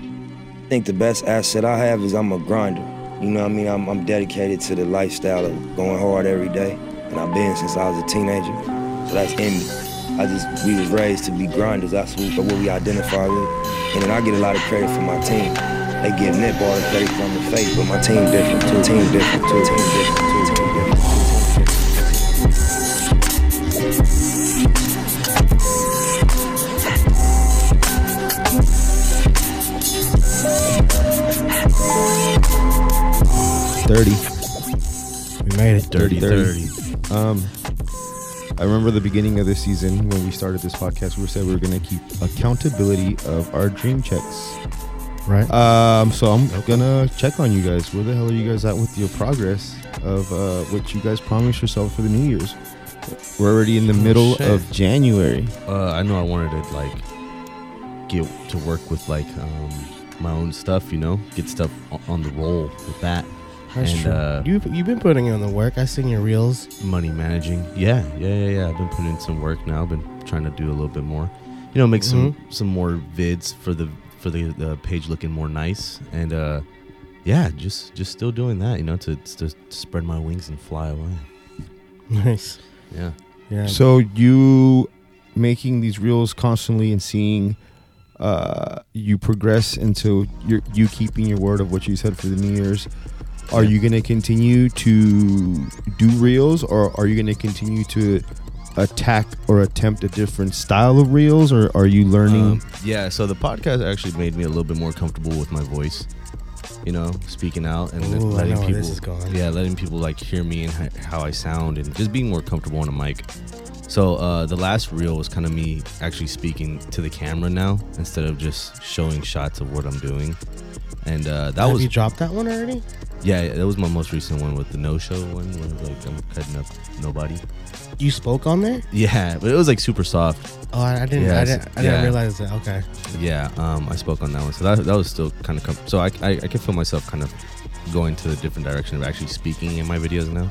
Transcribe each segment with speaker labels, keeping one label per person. Speaker 1: I think the best asset I have is I'm a grinder. You know what I mean? I'm, I'm dedicated to the lifestyle of going hard every day. And I've been since I was a teenager. So that's in me. I just, we was raised to be grinders. That's what, what we identify with. And then I get a lot of credit from my team. They give Nip all the credit from the face, but my team different too. Team different too. Team different too. Team different.
Speaker 2: Thirty.
Speaker 3: We made it
Speaker 2: Dirty
Speaker 3: dirty,
Speaker 2: thirty.
Speaker 3: dirty.
Speaker 2: Um, I remember the beginning of the season when we started this podcast. We said we were going to keep accountability of our dream checks.
Speaker 3: Right?
Speaker 4: Uh,
Speaker 2: Um, so I'm gonna check on you guys. Where the hell are you guys at with your progress of uh, what you guys promised yourself for the New Year's? We're already in the middle
Speaker 3: shit.
Speaker 2: of January.
Speaker 4: Uh, I know I wanted to like get to work with like um, my own stuff, you know, get stuff o- on the roll with that.
Speaker 3: That's
Speaker 4: and
Speaker 3: true.
Speaker 4: uh,
Speaker 3: you've, you've been putting in the work. I seen your reels.
Speaker 4: money managing. Yeah, yeah, yeah, yeah. I've been putting in some work now. I've been trying to do a little bit more. You know, make
Speaker 3: Mm-hmm.
Speaker 4: some some more vids for the for the, the page looking more nice and uh yeah, just just still doing that, you know, to to spread my wings and fly away.
Speaker 3: Nice.
Speaker 4: Yeah.
Speaker 3: Yeah.
Speaker 2: So you making these reels constantly and seeing uh, you progress into your, you keeping your word of what you said for the New Year's. Are you going to continue to do reels, or are you going to continue to attack or attempt a different style of reels, or are you learning?
Speaker 4: Um, yeah, so the podcast actually made me a little bit more comfortable with my voice. You know, speaking out and then
Speaker 3: Ooh, I
Speaker 4: letting
Speaker 3: know where
Speaker 4: people
Speaker 3: this is going.
Speaker 4: yeah, letting people like hear me and hi- how I sound and just being more comfortable on a mic. So uh, the last reel was kind of me actually speaking to the camera now instead of just showing shots of what I'm doing. And uh, that
Speaker 3: Have
Speaker 4: was
Speaker 3: you dropped that one already?
Speaker 4: yeah, yeah, that was my most recent one with the no show one where like I'm cutting up nobody.
Speaker 3: You spoke on there?
Speaker 4: Yeah, but it was like super soft.
Speaker 3: Oh, I, I didn't. I
Speaker 4: Yes,
Speaker 3: didn't, I
Speaker 4: yeah.
Speaker 3: didn't realize that. Okay.
Speaker 4: Yeah, um, I spoke on that one, so that, that was still kind of com- so I, I I could feel myself kind of going to the different direction of actually speaking in my videos now.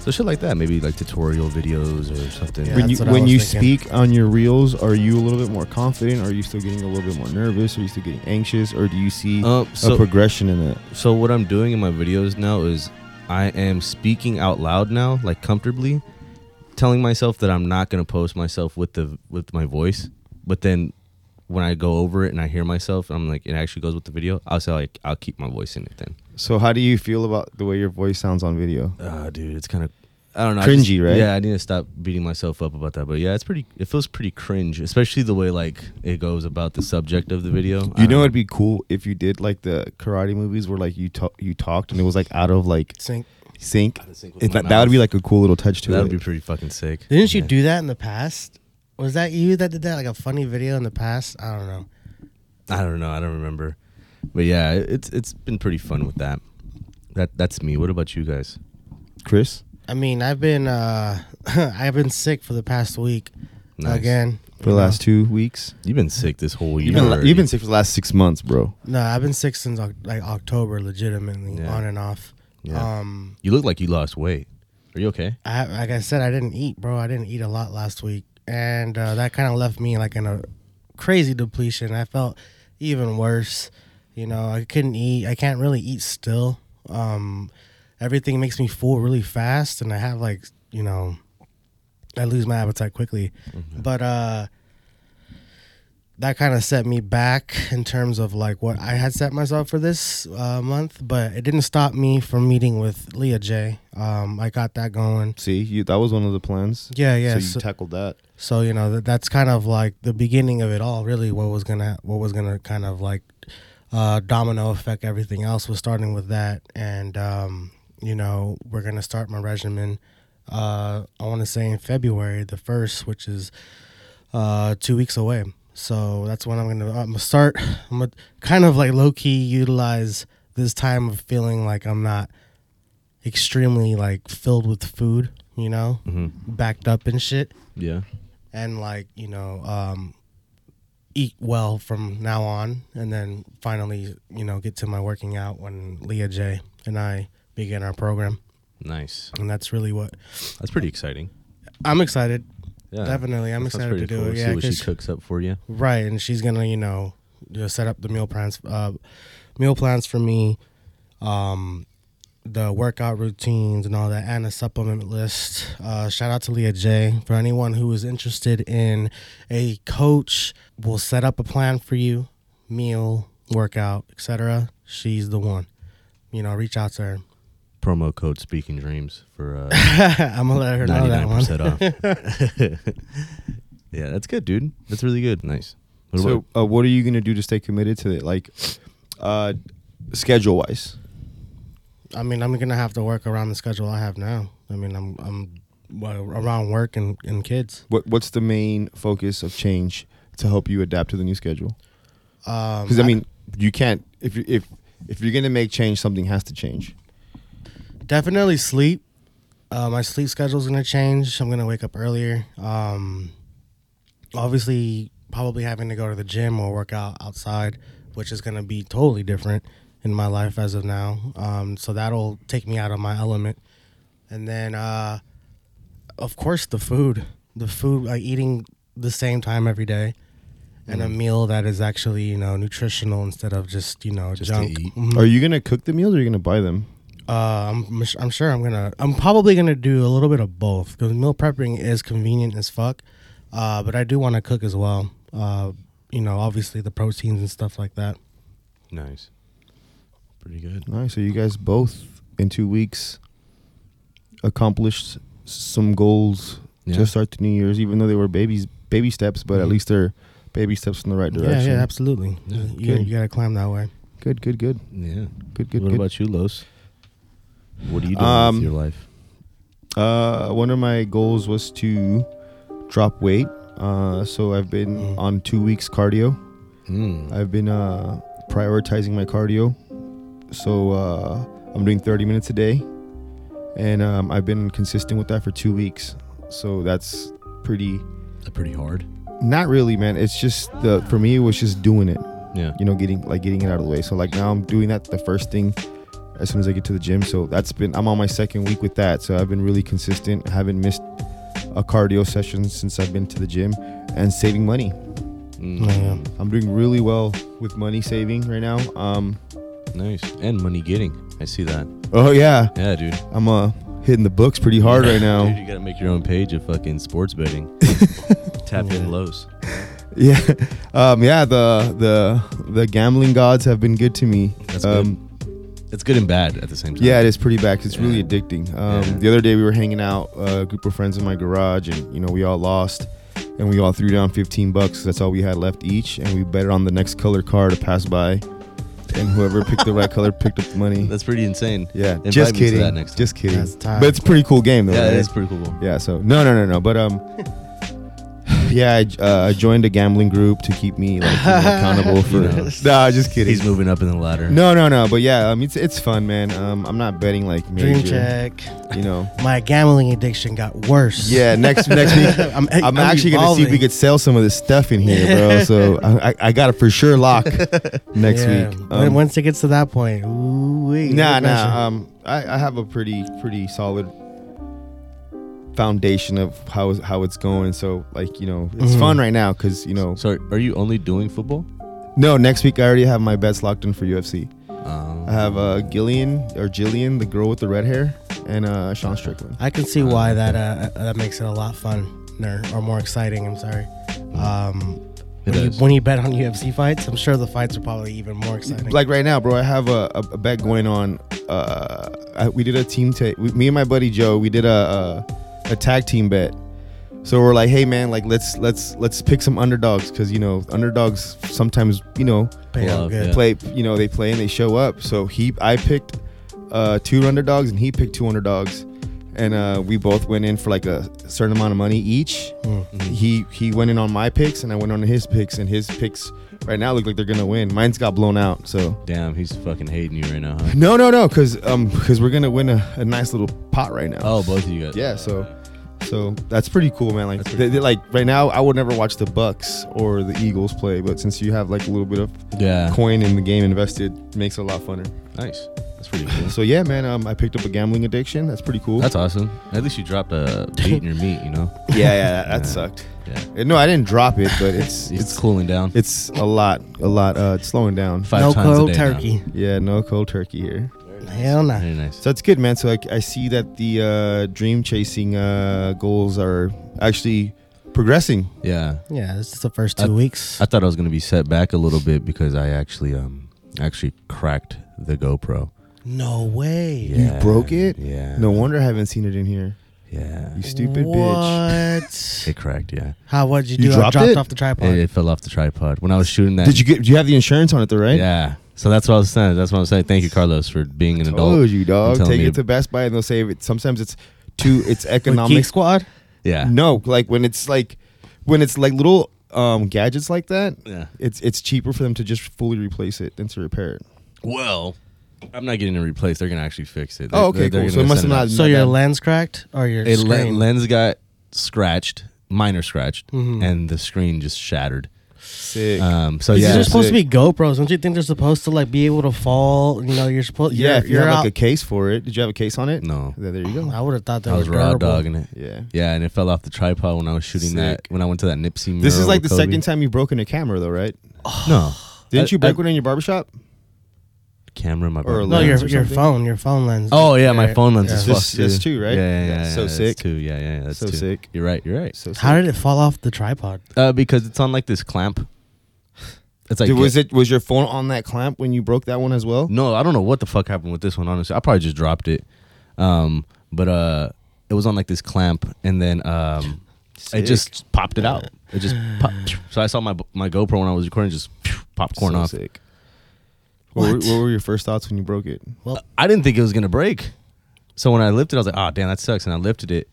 Speaker 4: So shit like that, maybe like tutorial videos or something.
Speaker 3: Yeah,
Speaker 2: when you
Speaker 3: that's what I
Speaker 2: when
Speaker 3: was
Speaker 2: you
Speaker 3: thinking.
Speaker 2: speak on your reels, are you a little bit more confident? Are you still getting a little bit more nervous? Are you still getting anxious? Or do you see
Speaker 3: Um,
Speaker 4: Uh,
Speaker 2: a
Speaker 4: so
Speaker 2: progression in it?
Speaker 4: so what I'm doing in my videos now is I am speaking out loud now, like comfortably, telling myself that I'm not gonna post myself with the with my voice, but then. When I go over it and I hear myself, I'm like, it actually goes with the video. I'll say like, I'll keep my voice in it then.
Speaker 2: So how do you feel about the way your voice sounds on video?
Speaker 4: Ah, dude, it's kind of. I don't know. I
Speaker 2: Cringy,
Speaker 4: just-
Speaker 2: right?
Speaker 4: Yeah, I need to stop beating myself up about that. But yeah, it's pretty. It feels pretty cringe, especially the way like it goes about the subject of the video. I
Speaker 2: You
Speaker 4: don't
Speaker 2: know, it'd be cool if you did like the karate movies where like you talk, you talked and it was like out of like
Speaker 3: Sync.
Speaker 2: sync.
Speaker 4: Out of sync with
Speaker 2: It-
Speaker 4: my
Speaker 2: that, that would be
Speaker 4: mouth.
Speaker 2: like a cool little touch to
Speaker 4: That would
Speaker 2: it.
Speaker 4: be pretty fucking sick.
Speaker 3: Didn't you
Speaker 4: Yeah.
Speaker 3: do that in the past? Was that you that did that? Like a funny video in the past? I don't know.
Speaker 4: I don't know. I don't remember. But yeah, it- it's it's been pretty fun with that. That that's me. What about you guys?
Speaker 2: Chris,
Speaker 3: I mean, I've been uh I've been sick for the past week.
Speaker 4: Nice.
Speaker 3: Again.
Speaker 2: for the
Speaker 3: you know.
Speaker 2: last two weeks,
Speaker 4: You've been sick this whole year.
Speaker 2: you've been,
Speaker 4: already.
Speaker 2: you've been sick for the last six months, bro.
Speaker 3: No, I've been sick since Oc- like October, legitimately,
Speaker 4: Yeah.
Speaker 3: on and off.
Speaker 4: Yeah.
Speaker 3: Um,
Speaker 4: You look like you lost weight. Are you okay?
Speaker 3: I like I said, I didn't eat, bro. I didn't eat a lot last week, and uh, that kind of left me like in a crazy depletion. I felt even worse. You know, I couldn't eat. I can't really eat still. Um, everything makes me full really fast, and I have like you know, I lose my appetite quickly. But uh, that kind of set me back in terms of like what I had set myself for this uh, month, but it didn't stop me from meeting with Leah J. Um, I got that going.
Speaker 2: See, you that was one of the plans.
Speaker 3: Yeah, yeah.
Speaker 2: So
Speaker 3: So,
Speaker 2: you tackled that.
Speaker 3: so, you know that, that's kind of like the beginning of it all. Really, what was gonna what was gonna kind of like uh, domino effect everything else was starting with that, and um, you know we're gonna start my regimen. Uh, I want to say in February the first, which is uh, two weeks away. So that's when I'm gonna I'm gonna start. I'm gonna kind of like low key utilize this time of feeling like I'm not extremely like filled with food, you know, backed up and shit,
Speaker 4: Yeah.
Speaker 3: and like you know, um, eat well from now on, and then finally you know get to my working out when Leah J and I begin our program,
Speaker 4: Nice.
Speaker 3: and that's really what
Speaker 4: That's pretty exciting.
Speaker 3: I'm excited.
Speaker 4: Yeah.
Speaker 3: Definitely, I'm
Speaker 4: That's
Speaker 3: excited
Speaker 4: pretty
Speaker 3: to do
Speaker 4: cool.
Speaker 3: it.
Speaker 4: See
Speaker 3: Yeah,
Speaker 4: what she
Speaker 3: 'cause-
Speaker 4: cooks up for you.
Speaker 3: Right, and she's gonna, you know, you know, set up the meal plans, uh, meal plans for me, um, the workout routines and all that, and a supplement list. Uh, shout out to Leah J. For anyone who is interested in a coach, will set up a plan for you, meal, workout, etc. She's the one. You know, reach out to her.
Speaker 4: Promo code Speaking Dreams for uh,
Speaker 3: I'm gonna let her know
Speaker 4: ninety
Speaker 3: Oh, that
Speaker 4: nine
Speaker 3: one.
Speaker 4: percent off. yeah, that's good, dude. That's really good. Nice. What
Speaker 2: So,
Speaker 4: about-
Speaker 2: uh, what are you gonna do to stay committed to it, like, uh, schedule wise?
Speaker 3: I mean, I'm gonna have to work around the schedule I have now. I mean, I'm I'm well, around work and, and kids.
Speaker 2: What What's the main focus of change to help you adapt to the new schedule?
Speaker 3: Um,
Speaker 2: Because I mean, you can't if you if if you're gonna make change, something has to change.
Speaker 3: definitely sleep. Uh, my sleep schedule's gonna change. I'm gonna wake up earlier. Um, obviously, probably having to go to the gym or work out outside, which is gonna be totally different in my life as of now. Um, so that'll take me out of my element. And then, uh, of course, the food. The food, like eating the same time every day. And a
Speaker 4: Mm-hmm.
Speaker 3: meal that is actually, you know, nutritional instead of just, you know,
Speaker 4: Just to
Speaker 3: junk.
Speaker 4: eat.
Speaker 3: Mhm.
Speaker 2: Are you gonna cook the meals or are you gonna buy them?
Speaker 3: Uh, I'm I'm sure I'm gonna I'm probably gonna do a little bit of both because meal prepping is convenient as fuck, uh, but I do want to cook as well. Uh, you know, obviously the proteins and stuff like that.
Speaker 4: nice. Pretty good.
Speaker 2: Nice. So you guys both in two weeks accomplished some goals
Speaker 4: Yeah. Mm-hmm.
Speaker 2: to start the New Year's, even though they were babies baby steps, but at
Speaker 3: Mhm.
Speaker 2: least they're baby steps in the right direction.
Speaker 3: Yeah, yeah, absolutely.
Speaker 4: Yeah,
Speaker 3: you,
Speaker 2: good.
Speaker 3: you gotta climb that way.
Speaker 2: Good, good, good,
Speaker 4: Yeah.
Speaker 2: good, good,
Speaker 4: what
Speaker 2: good.
Speaker 4: about you, Los? What are you doing
Speaker 2: Um,
Speaker 4: with your life?
Speaker 2: Uh, one of my goals was to drop weight. Uh, so I've been
Speaker 3: Mm.
Speaker 2: on two weeks cardio.
Speaker 4: Mm.
Speaker 2: I've been uh, prioritizing my cardio. So uh, I'm doing 30 minutes a day, and um, I've been consistent with that for two weeks. So that's pretty.
Speaker 4: pretty hard.
Speaker 2: Not really, man. It's just the for me it was just doing it.
Speaker 4: Yeah.
Speaker 2: You know, getting like getting it out of the way. So like now I'm doing that the first thing as soon as I get to the gym. So that's been I'm on my second week with that. So I've been really consistent. I haven't missed a cardio session since I've been to the gym and saving money.
Speaker 4: Mm.
Speaker 3: Yeah.
Speaker 2: I'm doing really well with money saving right now. Um
Speaker 4: Nice. And money getting. I see that.
Speaker 2: oh yeah,
Speaker 4: Yeah, dude.
Speaker 2: I'm uh hitting the books pretty hard right
Speaker 4: Dude,
Speaker 2: now.
Speaker 4: you gotta make your own page of fucking sports betting. Tap in Los.
Speaker 2: yeah. Um yeah, the the the gambling gods have been good to me.
Speaker 4: That's good.
Speaker 2: um
Speaker 4: It's good and bad at the same time.
Speaker 2: Yeah, it is pretty bad 'cause it's really
Speaker 4: Yeah.
Speaker 2: addicting. Um,
Speaker 4: Yeah.
Speaker 2: The other day we were hanging out, uh, a group of friends in my garage, and you know we all lost, and we all threw down 15 bucks. That's all we had left each, and we bet on the next color car to pass by, and whoever picked the right color picked up the money.
Speaker 4: That's pretty insane.
Speaker 2: yeah,
Speaker 4: Invite
Speaker 2: just
Speaker 4: me to
Speaker 2: kidding.
Speaker 4: that next time.
Speaker 2: just kidding.
Speaker 3: That's tight.
Speaker 2: But it's a pretty cool game though.
Speaker 4: Yeah,
Speaker 2: right?
Speaker 4: it is pretty cool.
Speaker 2: Yeah. So no, no, no, no. But um, yeah, I, j- uh, I joined a gambling group to keep me like you know, accountable for.
Speaker 4: You know.
Speaker 2: Nah, just kidding.
Speaker 4: He's moving up in the ladder.
Speaker 2: no, no, no, but yeah, um, it's it's fun, man. Um, I'm not betting like major,
Speaker 3: Dream check.
Speaker 2: you know.
Speaker 3: My gambling addiction got worse.
Speaker 2: Yeah, next next week
Speaker 3: I'm- eh,
Speaker 2: I'm,
Speaker 3: I'm
Speaker 2: actually gonna see if we
Speaker 3: evolving.
Speaker 2: could sell some of this stuff in here, bro. So I, I, I got it for sure lock next
Speaker 3: Yeah.
Speaker 2: week.
Speaker 3: When-
Speaker 2: Um,
Speaker 3: once it gets to that point, ooh
Speaker 2: nah, nah. Um, I, I have a pretty pretty solid foundation of how how it's going. So like you know, it's
Speaker 3: Mhm.
Speaker 2: fun right now because you know.
Speaker 4: So are you only doing football?
Speaker 2: No, next week I already have my bets locked in for UFC.
Speaker 4: Um,
Speaker 2: I have uh, Gillian or Jillian, the girl with the red hair, and uh, Sean Strickland.
Speaker 3: I can see why that uh, that makes it a lot fun or, or more exciting. I'm sorry. Um,
Speaker 4: It
Speaker 3: when, you,
Speaker 4: is.
Speaker 3: when you bet on UFC fights, I'm sure the fights are probably even more exciting.
Speaker 2: Like right now, bro, I have a, a, a bet going on. Uh, I, we did a team take. Me and my buddy Joe, we did a, a a tag team bet. So we're like, hey man, like let's let's let's pick some underdogs because you know underdogs sometimes you know
Speaker 3: Pay out
Speaker 4: Love,
Speaker 3: good.
Speaker 4: yeah.
Speaker 2: play you know they play and they show up. So he I picked uh, two underdogs and he picked two underdogs, and uh, we both went in for like a certain amount of money each. He he went in on my picks and I went on his picks and his picks right now look like they're gonna win. Mine's got blown out so.
Speaker 4: Damn, he's fucking hating you right now, huh?
Speaker 2: No, no, no, because um, because we're gonna win a, a nice little pot right now.
Speaker 4: Oh, both of you guys.
Speaker 2: Yeah, so so that's pretty cool, man. Like,
Speaker 4: That's
Speaker 2: they,
Speaker 4: pretty
Speaker 2: they- like right now, I would never watch the Bucks or the Eagles play, but since you have like a little bit of
Speaker 4: Yeah.
Speaker 2: coin in the game invested, makes it a lot funner.
Speaker 4: Nice. That's pretty cool.
Speaker 2: So yeah, man, um, I picked up a gambling addiction. That's pretty cool.
Speaker 4: That's awesome. At least you dropped a beat in your meat, you know?
Speaker 2: yeah, yeah, that, that sucked.
Speaker 4: Yeah.
Speaker 2: Uh, No, I didn't drop it, but it's
Speaker 4: It's
Speaker 2: it's
Speaker 4: cooling down.
Speaker 2: it's a lot, a lot. Uh, it's slowing down.
Speaker 4: Five
Speaker 3: no
Speaker 4: times a
Speaker 3: cold
Speaker 4: day now.
Speaker 3: turkey.
Speaker 2: Yeah, no cold turkey here.
Speaker 3: Hell no.
Speaker 4: Very nice.
Speaker 2: So that's good, man. So I, I see that the uh, dream chasing uh, goals are actually progressing.
Speaker 4: Yeah.
Speaker 3: Yeah, this is the first
Speaker 4: I-
Speaker 3: two weeks.
Speaker 4: I thought I was gonna be set back a little bit because I actually um actually cracked the GoPro.
Speaker 3: no way.
Speaker 4: Yeah.
Speaker 2: broke it?
Speaker 4: Yeah.
Speaker 2: No wonder I haven't seen it in here.
Speaker 4: Yeah.
Speaker 2: You stupid
Speaker 3: what?
Speaker 2: bitch.
Speaker 4: It cracked, yeah.
Speaker 3: How? What'd you do?
Speaker 2: You
Speaker 3: I
Speaker 2: dropped
Speaker 3: dropped
Speaker 2: it?
Speaker 3: off the tripod.
Speaker 4: It, it fell off the tripod. When I was shooting that
Speaker 2: Did you get? Do you have the insurance on it though? Right?
Speaker 4: Yeah. So that's what I was saying. That's what I'm saying. Thank you, Carlos, for being an adult.
Speaker 2: Told Oh, you,
Speaker 4: and
Speaker 2: dog.
Speaker 4: telling
Speaker 2: Take
Speaker 4: me
Speaker 2: it to Best Buy and they'll save it. Sometimes it's too. It's
Speaker 3: With Geek
Speaker 2: economic.
Speaker 3: Squad.
Speaker 4: Yeah.
Speaker 2: No, like when it's like when it's like little um, gadgets like that.
Speaker 4: Yeah.
Speaker 2: It's it's cheaper for them to just fully replace it than to repair it.
Speaker 4: Well, I'm not getting it replaced. They're gonna actually fix it.
Speaker 2: Oh, okay,
Speaker 4: They're- they're
Speaker 2: cool. So
Speaker 4: gonna
Speaker 2: it must
Speaker 4: send
Speaker 2: have
Speaker 4: out.
Speaker 2: not
Speaker 3: So your
Speaker 2: bad.
Speaker 3: lens cracked or your
Speaker 4: a le-
Speaker 3: screen?
Speaker 4: lens got scratched, minor scratched, and the screen just shattered.
Speaker 2: Mm-hmm. Sick.
Speaker 4: Um, so
Speaker 2: Is it
Speaker 3: These
Speaker 4: yeah,
Speaker 3: are supposed to
Speaker 2: sick.
Speaker 3: be GoPros. Don't you think they're supposed to like be able to fall? You know, you're supposed.
Speaker 2: yeah, if you
Speaker 3: you're
Speaker 2: have
Speaker 3: out-
Speaker 2: like a case for it. Did you have a case on it?
Speaker 4: No.
Speaker 2: Yeah, there you go.
Speaker 3: I would have thought that
Speaker 4: I was raw dogging it.
Speaker 2: Yeah.
Speaker 4: Yeah, and it fell off the tripod when I was shooting that.
Speaker 2: Sick.
Speaker 4: When I went to that Nipsey. Mural
Speaker 2: This is like the
Speaker 4: with Kobe.
Speaker 2: second time you've broken a camera though, right?
Speaker 4: No,
Speaker 2: Didn't
Speaker 4: I-
Speaker 2: you break
Speaker 4: I-
Speaker 2: one in your barbershop?
Speaker 4: camera in my
Speaker 2: Or a
Speaker 4: or
Speaker 3: No,
Speaker 2: lens
Speaker 3: your
Speaker 2: or
Speaker 3: your
Speaker 2: something?
Speaker 3: phone, your phone lens.
Speaker 4: Oh yeah, my phone lens is
Speaker 2: Yeah. That's-
Speaker 4: fucked
Speaker 2: that's
Speaker 4: too.
Speaker 2: two, right?
Speaker 4: Yeah, yeah,
Speaker 2: Yeah,
Speaker 4: yeah,
Speaker 2: so
Speaker 4: that's
Speaker 2: sick.
Speaker 4: Two, yeah, yeah, yeah, that's
Speaker 2: So
Speaker 4: two.
Speaker 2: sick.
Speaker 4: You're right. You're right.
Speaker 2: So
Speaker 3: How did it fall off the tripod?
Speaker 4: Uh, because it's on like this clamp. It's like
Speaker 2: Did- was it was your phone on that clamp when you broke that one as well?
Speaker 4: No, I don't know what the fuck happened with this one. Honestly, I probably just dropped it. Um, but uh, it was on like this clamp, and then um, it
Speaker 2: Sick.
Speaker 4: just popped it out. It just popped. So I saw my my GoPro when I was recording just pop corn
Speaker 2: so
Speaker 4: off.
Speaker 2: Sick. What? were,
Speaker 3: What?
Speaker 2: what were your first thoughts when you broke it?
Speaker 4: I didn't think it was gonna break. So when I lifted, I was like, "Oh damn, that sucks." And I lifted it.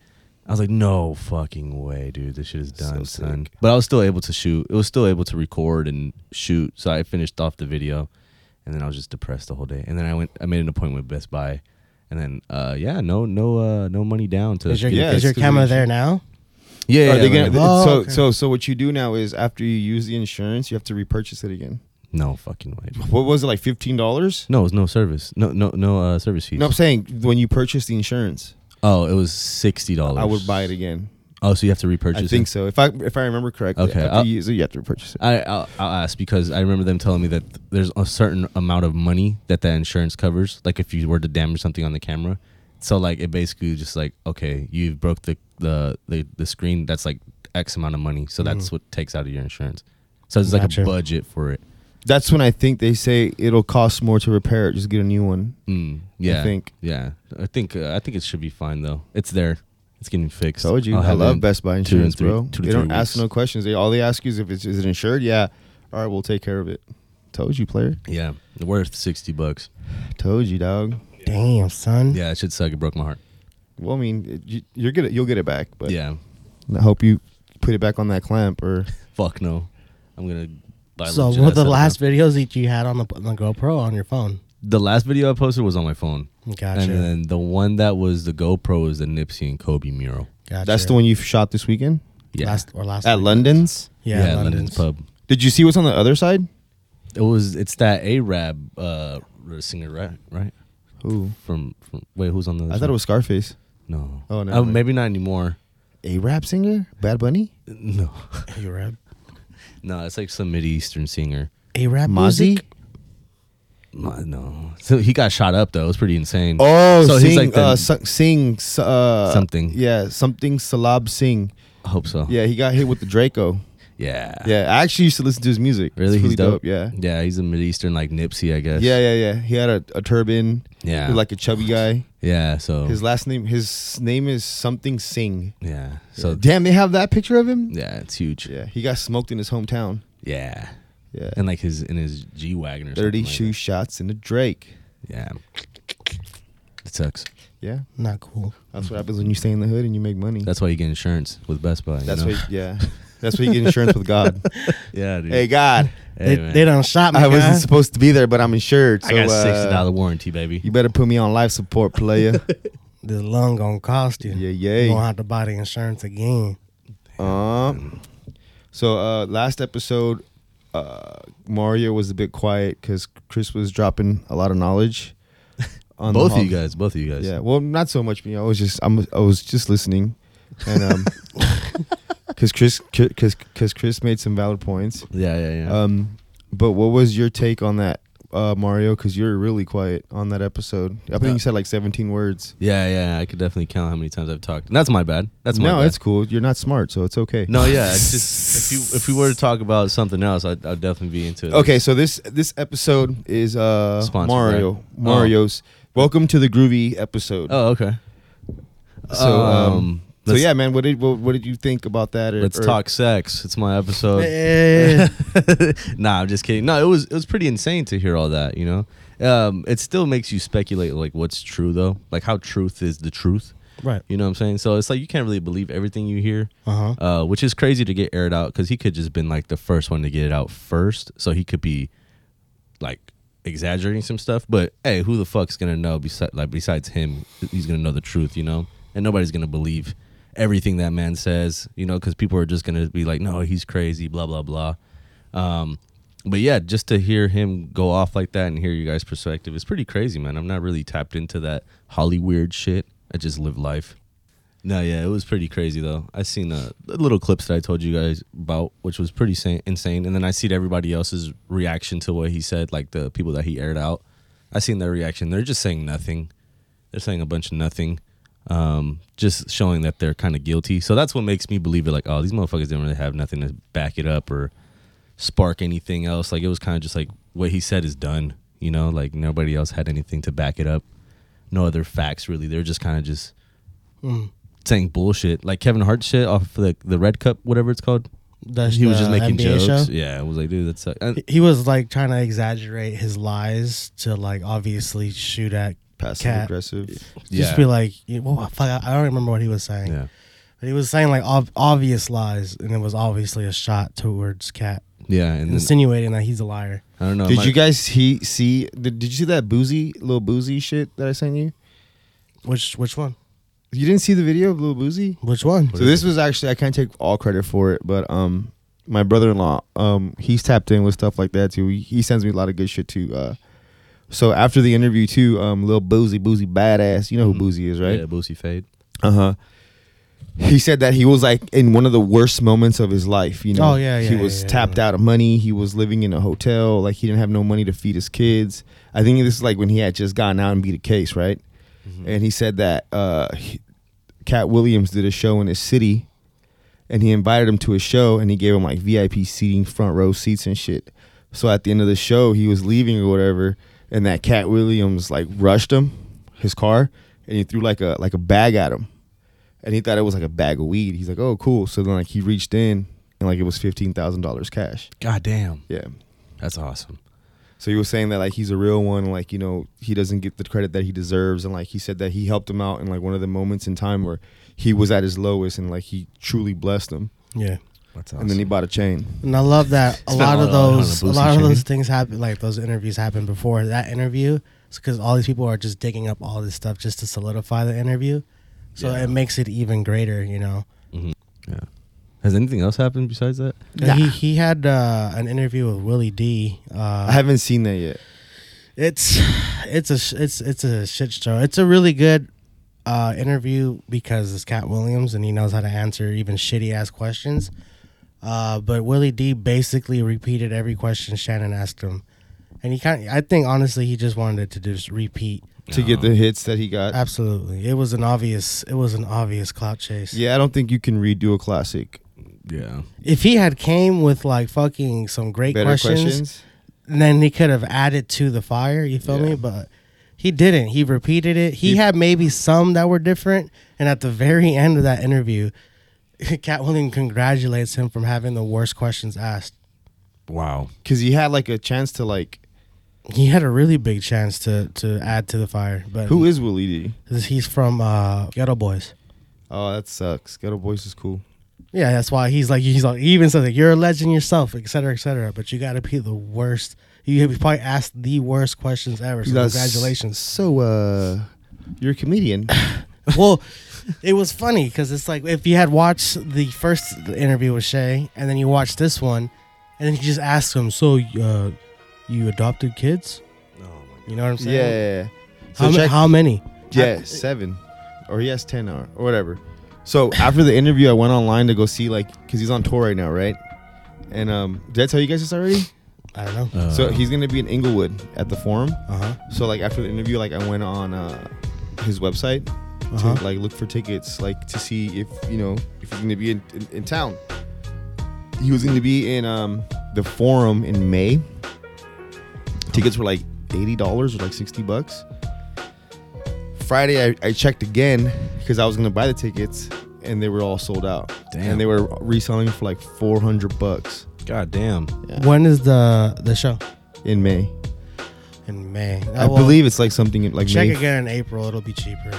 Speaker 4: I was like, "No fucking way, dude! This shit is
Speaker 2: So
Speaker 4: done, son."
Speaker 2: sick.
Speaker 4: But I was still able to shoot. It was still able to record and shoot. So I finished off the video, and then I was just depressed the whole day. And then I went. I made an appointment with Best Buy, and then uh, yeah, no, no, uh, no money down to
Speaker 3: Is your
Speaker 2: yeah,
Speaker 4: yeah,
Speaker 2: it's
Speaker 3: is your
Speaker 2: 'cause
Speaker 3: camera
Speaker 2: we-
Speaker 3: there now?
Speaker 4: yeah.
Speaker 2: Are
Speaker 4: yeah,
Speaker 2: they
Speaker 4: like-
Speaker 2: gonna,
Speaker 3: Oh,
Speaker 2: so
Speaker 3: okay.
Speaker 2: so so what you do now is after you use the insurance, you have to repurchase it again.
Speaker 4: no fucking way. dude.
Speaker 2: What was it like fifteen dollars?
Speaker 4: No, it was no service. No, no, no uh, service fees.
Speaker 2: No, I'm saying when you purchase the insurance,
Speaker 4: Oh, it was sixty dollars.
Speaker 2: I would buy it again.
Speaker 4: Oh, so you have to repurchase.
Speaker 2: I
Speaker 4: it?
Speaker 2: think so. If I if I remember correctly,
Speaker 4: Okay,
Speaker 2: after
Speaker 4: I'll-
Speaker 2: you use it, you have to repurchase it.
Speaker 4: I, I'll, I'll ask because I remember them telling me that there's a certain amount of money that that insurance covers. Like if you were to damage something on the camera, so like it basically just like okay, you broke the the the, the screen. That's like X amount of money, so
Speaker 2: Mm.
Speaker 4: that's what takes out of your insurance. So it's like
Speaker 3: Gotcha.
Speaker 4: a budget for it.
Speaker 2: That's when I think they say it'll cost more to repair it. Just get a new one.
Speaker 4: Mm, yeah,
Speaker 2: think.
Speaker 4: yeah. I think uh, I think it should be fine though. It's there. It's getting fixed.
Speaker 2: Told you.
Speaker 4: I'll
Speaker 2: I
Speaker 4: have it
Speaker 2: love
Speaker 4: in
Speaker 2: Best Buy
Speaker 4: two to
Speaker 2: insurance,
Speaker 4: three-
Speaker 2: bro.
Speaker 4: two to
Speaker 2: They don't
Speaker 4: three
Speaker 2: ask
Speaker 4: weeks.
Speaker 2: no questions. They all they ask you is if it's is it insured. Yeah. All right, we'll take care of it. Told you, player.
Speaker 4: Yeah, worth sixty bucks.
Speaker 2: Told you, dog.
Speaker 3: Damn, son.
Speaker 4: Yeah, it should suck. It broke my heart.
Speaker 2: Well, I mean, it, you, you're gonna you'll get it back, but
Speaker 4: yeah,
Speaker 2: I hope you put it back on that clamp or
Speaker 4: fuck no. I'm gonna. buy a
Speaker 3: So
Speaker 4: legit
Speaker 3: what
Speaker 4: ass
Speaker 3: the
Speaker 4: setup now.
Speaker 3: last videos that you had on the, on the GoPro on your phone?
Speaker 4: the last video I posted was on my phone.
Speaker 3: Gotcha.
Speaker 4: And then the one that was the GoPro is the Nipsey and Kobe mural.
Speaker 3: Gotcha.
Speaker 2: that's the one you shot this weekend
Speaker 4: Yeah.
Speaker 3: Last or last
Speaker 2: at
Speaker 3: week.
Speaker 2: London's.
Speaker 3: Yeah,
Speaker 4: at
Speaker 3: London's.
Speaker 4: London's. pub.
Speaker 2: Did you see what's on the other side?
Speaker 4: It was it's that Arab uh r- singer, right? Right?
Speaker 2: Ooh,
Speaker 4: From from wait, who's on the other
Speaker 2: I thought
Speaker 4: side?
Speaker 2: it was Scarface.
Speaker 4: No.
Speaker 2: Oh, never
Speaker 4: Uh,
Speaker 2: mind.
Speaker 4: maybe not anymore.
Speaker 2: A rap singer, Bad Bunny,
Speaker 4: No.
Speaker 3: You rap.
Speaker 4: no, it's like some Middle Eastern singer.
Speaker 3: A rap
Speaker 2: Mozzie.
Speaker 3: music.
Speaker 4: No, No. So he got shot up though. It was pretty insane.
Speaker 2: Oh,
Speaker 4: so
Speaker 2: sing,
Speaker 4: he's like the,
Speaker 2: uh, su- sing s- uh,
Speaker 4: Something.
Speaker 2: Yeah, something. Salab Singh.
Speaker 4: I hope so.
Speaker 2: Yeah, he got hit with the Draco.
Speaker 4: Yeah.
Speaker 2: Yeah, I actually used to listen to his music. It's
Speaker 4: Really? he's dope.
Speaker 2: Yeah.
Speaker 4: Yeah, he's a Middle Eastern like Nipsey, I guess.
Speaker 2: Yeah, yeah, yeah. He had a, a turban.
Speaker 4: Yeah. Oh.
Speaker 2: He was like a chubby guy.
Speaker 4: Yeah, so
Speaker 2: His last name, his name is something Singh.
Speaker 4: Yeah.
Speaker 2: So
Speaker 4: So
Speaker 2: damn, they have that picture of him.
Speaker 4: yeah, it's huge.
Speaker 2: Yeah, he got smoked in his hometown.
Speaker 4: Yeah.
Speaker 2: Yeah,
Speaker 4: And like his in his G wagon or
Speaker 2: thirty
Speaker 4: something like
Speaker 2: shoe shots into Drake.
Speaker 4: that. Yeah. It sucks.
Speaker 2: Yeah,
Speaker 3: Not cool.
Speaker 2: that's what happens when you stay in the hood and you make money.
Speaker 4: That's why you get insurance with Best Buy. you
Speaker 2: That's
Speaker 4: know?
Speaker 2: what. Yeah, that's what you get insurance with God.
Speaker 4: Yeah, dude.
Speaker 2: hey God,
Speaker 3: they,
Speaker 4: Hey, man.
Speaker 3: they done shot me.
Speaker 2: I wasn't
Speaker 3: guy.
Speaker 2: supposed to be there, but I'm insured. So,
Speaker 4: I got a
Speaker 2: uh,
Speaker 4: sixty dollar warranty, baby.
Speaker 2: You better put me on life support, player.
Speaker 3: This lung gonna cost you.
Speaker 2: yeah,
Speaker 3: You gonna
Speaker 2: yeah.
Speaker 3: have to buy the insurance again.
Speaker 2: Um. So uh, last episode, uh, Mario was a bit quiet because Chris was dropping a lot of knowledge. on the
Speaker 4: both of you
Speaker 2: hol-
Speaker 4: guys, both of you guys.
Speaker 2: Yeah, well, not so much me. I was just I'm, I was just listening, and um, because Chris because because Chris made some valid points.
Speaker 4: yeah, yeah, yeah.
Speaker 2: Um, but what was your take on that, uh, Mario? Because you're really quiet on that episode. I think
Speaker 4: Uh,
Speaker 2: you said like 17 words.
Speaker 4: yeah, yeah. I could definitely count how many times I've talked. And that's my bad. That's my
Speaker 2: no,
Speaker 4: bad.
Speaker 2: it's cool. You're not smart, so it's okay.
Speaker 4: No, yeah. It's just if you if we were to talk about something else, I'd, I'd definitely be into it.
Speaker 2: Okay, so this this episode is uh
Speaker 4: Sponsored,
Speaker 2: Mario
Speaker 4: right? Oh.
Speaker 2: Mario's Welcome to the Groovy episode.
Speaker 4: Oh, okay.
Speaker 2: So um, so
Speaker 4: let's-
Speaker 2: yeah, man, what did what, what did you think about that? Or,
Speaker 4: Let's
Speaker 2: or-
Speaker 4: talk sex. It's my episode.
Speaker 3: Eh,
Speaker 4: nah, I'm just kidding. No, it was it was pretty insane to hear all that. You know, um, it still makes you speculate like what's true though, like how truth is the truth.
Speaker 3: right.
Speaker 4: You know what I'm saying? So it's like you can't really believe everything you hear,
Speaker 3: Uh huh.
Speaker 4: uh, which is crazy to get aired out because he could just been like the first one to get it out first. So he could be like exaggerating some stuff. But hey, who the fuck's gonna know? Besides, like besides him, he's gonna know the truth, you know. And nobody's gonna believe everything that man says, you know, because people are just gonna be like, no, he's crazy, blah blah blah. Um, but yeah, just to hear him go off like that and hear you guys' perspective is pretty crazy, man. I'm not really tapped into that Holly weird shit. I just live life. No, yeah, it was pretty crazy though. I seen uh, the little clips that I told you guys about, which was pretty sa- insane. And then I seen everybody else's reaction to what he said, like the people that he aired out. I seen their reaction. They're just saying nothing. They're saying a bunch of nothing, um, just showing that they're kind of guilty. So that's what makes me believe it. Like, oh, these motherfuckers didn't really have nothing to back it up or spark anything else. Like it was kind of just like what he said is done. You know, like nobody else had anything to back it up. No other facts really. They're just kind of just saying bullshit. Like Kevin Hart shit off the the Red Cup, whatever it's called.
Speaker 3: That's
Speaker 4: he was
Speaker 3: the
Speaker 4: just making
Speaker 3: NBA
Speaker 4: jokes.
Speaker 3: show.
Speaker 4: Yeah, I was like, dude, that's uh, and-
Speaker 3: He- He was like trying to exaggerate his lies to like obviously shoot at
Speaker 2: passive
Speaker 3: Cat.
Speaker 2: aggressive.
Speaker 4: yeah.
Speaker 3: Just be like, you- well, fuck, I I don't remember what he was saying.
Speaker 4: yeah,
Speaker 3: But he was saying like ob- obvious lies, and it was obviously a shot towards Cat,
Speaker 4: yeah. And then,
Speaker 3: insinuating that he's a liar.
Speaker 4: I don't know.
Speaker 2: Did
Speaker 4: my-
Speaker 2: you guys he, see? Did, did you see that boozy little boozy shit that I sent you?
Speaker 3: Which which one?
Speaker 2: You didn't see the video of Lil Boozy?
Speaker 3: Which one?
Speaker 2: So this was actually I can't take all credit for it, but um my brother-in-law um he's tapped in with stuff like that too. He, he sends me a lot of good shit too. Uh so after the interview too, um Lil Boozy, Boozy badass, you know who Boozy is, right?
Speaker 4: Yeah, Boosie Fade.
Speaker 2: Uh-huh. He said that he was like in one of the worst moments of his life, you know.
Speaker 3: Oh, yeah,
Speaker 2: He
Speaker 3: yeah,
Speaker 2: was
Speaker 3: yeah, yeah.
Speaker 2: tapped out of money, he was living in a hotel, like he didn't have no money to feed his kids. I think this is like when he had just gotten out and beat a case, right? And he said that uh he- Cat Williams did a show in his city and he invited him to a show and he gave him like VIP seating, front row seats and shit. So at the end of the show, he was leaving or whatever, and that Cat Williams like rushed him, his car, and he threw like a like a bag at him, and he thought it was like a bag of weed. He's like, oh cool. So then like he reached in and like it was fifteen thousand dollars cash.
Speaker 4: God damn,
Speaker 2: Yeah.
Speaker 4: that's awesome.
Speaker 2: So he was saying that like he's a real one, and, like you know he doesn't get the credit that he deserves, and like he said that he helped him out in like one of the moments in time where he was at his lowest, and like he truly blessed him.
Speaker 3: Yeah.
Speaker 4: That's
Speaker 2: And then he bought a chain.
Speaker 3: And I love that a
Speaker 4: Spent
Speaker 3: lot
Speaker 4: a
Speaker 3: of
Speaker 4: lot on
Speaker 3: those
Speaker 4: the
Speaker 3: a
Speaker 4: Boosie
Speaker 3: lot of
Speaker 4: shit.
Speaker 3: those things happen like those interviews happen before that interview. because all these people are just digging up all this stuff just to solidify the interview. So
Speaker 4: Yeah.
Speaker 3: it makes it even greater, you know.
Speaker 4: yeah. Has anything else happened besides that?
Speaker 3: He he had uh, an interview with Willie D. Uh,
Speaker 2: I haven't seen that yet.
Speaker 3: it's it's a sh- it's it's a shit show. It's a really good uh, interview because it's Cat Williams and he knows how to answer even shitty ass questions. Uh, but Willie D basically repeated every question Shannon asked him, and he kind I think honestly he just wanted to just repeat.
Speaker 2: to get the hits that he got.
Speaker 3: Absolutely, it was an obvious it was an obvious clout chase.
Speaker 2: Yeah, I don't think you can redo a classic.
Speaker 4: Yeah.
Speaker 3: If he had came with like fucking some great
Speaker 2: Better
Speaker 3: questions
Speaker 2: questions.
Speaker 3: And then he could have added to the fire. You feel me? But he didn't. He repeated it. He,
Speaker 2: He-
Speaker 3: had maybe some that were different. And at the very end of that interview, Cat Williams congratulates him from having the worst questions asked.
Speaker 4: Wow.
Speaker 2: Because he had like a chance to like.
Speaker 3: He had a really big chance to to add to the fire, but
Speaker 2: Who is Willie D?
Speaker 3: he's from uh, Ghetto Boys.
Speaker 2: Oh, that sucks. Ghetto Boys is cool.
Speaker 3: Yeah, that's why he's like he's like he even says like you're a legend yourself, et cetera, et cetera. But you got to be the worst. You probably asked the worst questions ever. So
Speaker 2: That's-
Speaker 3: congratulations.
Speaker 2: So, uh, you're a comedian.
Speaker 3: well, it was funny because it's like if you had watched the first interview with Shay and then you watch this one, and then you just ask him, "So, uh, you adopted kids?"
Speaker 4: Oh my
Speaker 3: You know what I'm
Speaker 2: yeah, yeah, yeah.
Speaker 3: saying? How, ma-
Speaker 2: check-
Speaker 3: how many?
Speaker 2: Yeah, seven, or he has ten, or, or whatever. So after the interview, I went online to go see like because he's on tour right now, right? And um, did I tell you guys this already?
Speaker 3: I don't know.
Speaker 4: Uh,
Speaker 2: so he's gonna be in Inglewood at the Forum.
Speaker 3: Uh-huh.
Speaker 2: So like after the interview, like I went on uh, his website
Speaker 3: Uh-huh.
Speaker 2: to like look for tickets, like to see if you know if he's gonna be in, in, in town. He was gonna be in um, the Forum in May. Tickets were like eighty dollars or like sixty bucks. Friday, I, I checked again because I was gonna buy the tickets, and they were all sold out.
Speaker 4: Damn.
Speaker 2: And they were reselling for like four hundred bucks
Speaker 4: God damn.
Speaker 3: When is the the show?
Speaker 2: in May.
Speaker 3: In May.
Speaker 2: I
Speaker 3: will
Speaker 2: believe it's like something in, like
Speaker 3: Uh, Check
Speaker 2: May
Speaker 3: again in April. It'll be cheaper.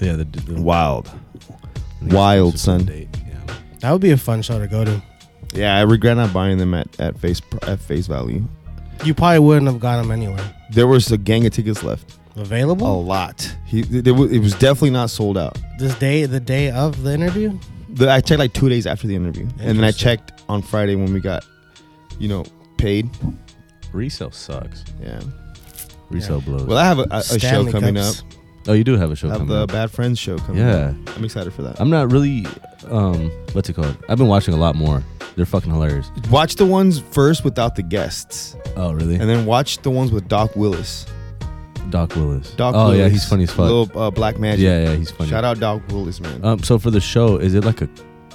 Speaker 4: Yeah. The, the,
Speaker 2: Wild.
Speaker 4: the-
Speaker 2: wild,
Speaker 4: the
Speaker 2: son.
Speaker 4: date, Yeah.
Speaker 3: That would be a fun show to go to.
Speaker 2: Yeah, I regret not buying them at, at face at face value.
Speaker 3: You probably wouldn't have got them anyway.
Speaker 2: There was a gang of tickets left. A
Speaker 3: Available
Speaker 2: lot. He there was, it was definitely not sold out.
Speaker 3: this day, the day of the interview.
Speaker 2: The, I checked like two days after the interview, and then I
Speaker 3: Interesting.
Speaker 2: checked on Friday when we got, you know, paid.
Speaker 4: Resale sucks.
Speaker 2: Yeah.
Speaker 4: Resale blows.
Speaker 2: Well, I have a, a, a show
Speaker 3: Stanley
Speaker 2: coming
Speaker 3: Cups.
Speaker 2: up.
Speaker 4: oh, you do have a show
Speaker 2: I have
Speaker 4: coming
Speaker 2: the
Speaker 4: up.
Speaker 2: Bad Friends show coming.
Speaker 4: Yeah.
Speaker 2: up. I'm excited for that.
Speaker 4: I'm not really. Um, what's it called? I've been watching a lot more. They're fucking hilarious.
Speaker 2: Watch the ones first without the guests,
Speaker 4: Oh, really?
Speaker 2: and then watch the ones with Doc Willis.
Speaker 4: Doc Willis.
Speaker 2: Doc.
Speaker 4: oh yeah,
Speaker 2: Willis,
Speaker 4: he's funny as fuck.
Speaker 2: Little uh, Black Magic.
Speaker 4: yeah, yeah, he's funny.
Speaker 2: Shout out Doc Willis, man.
Speaker 4: Um, so for the show, is it like a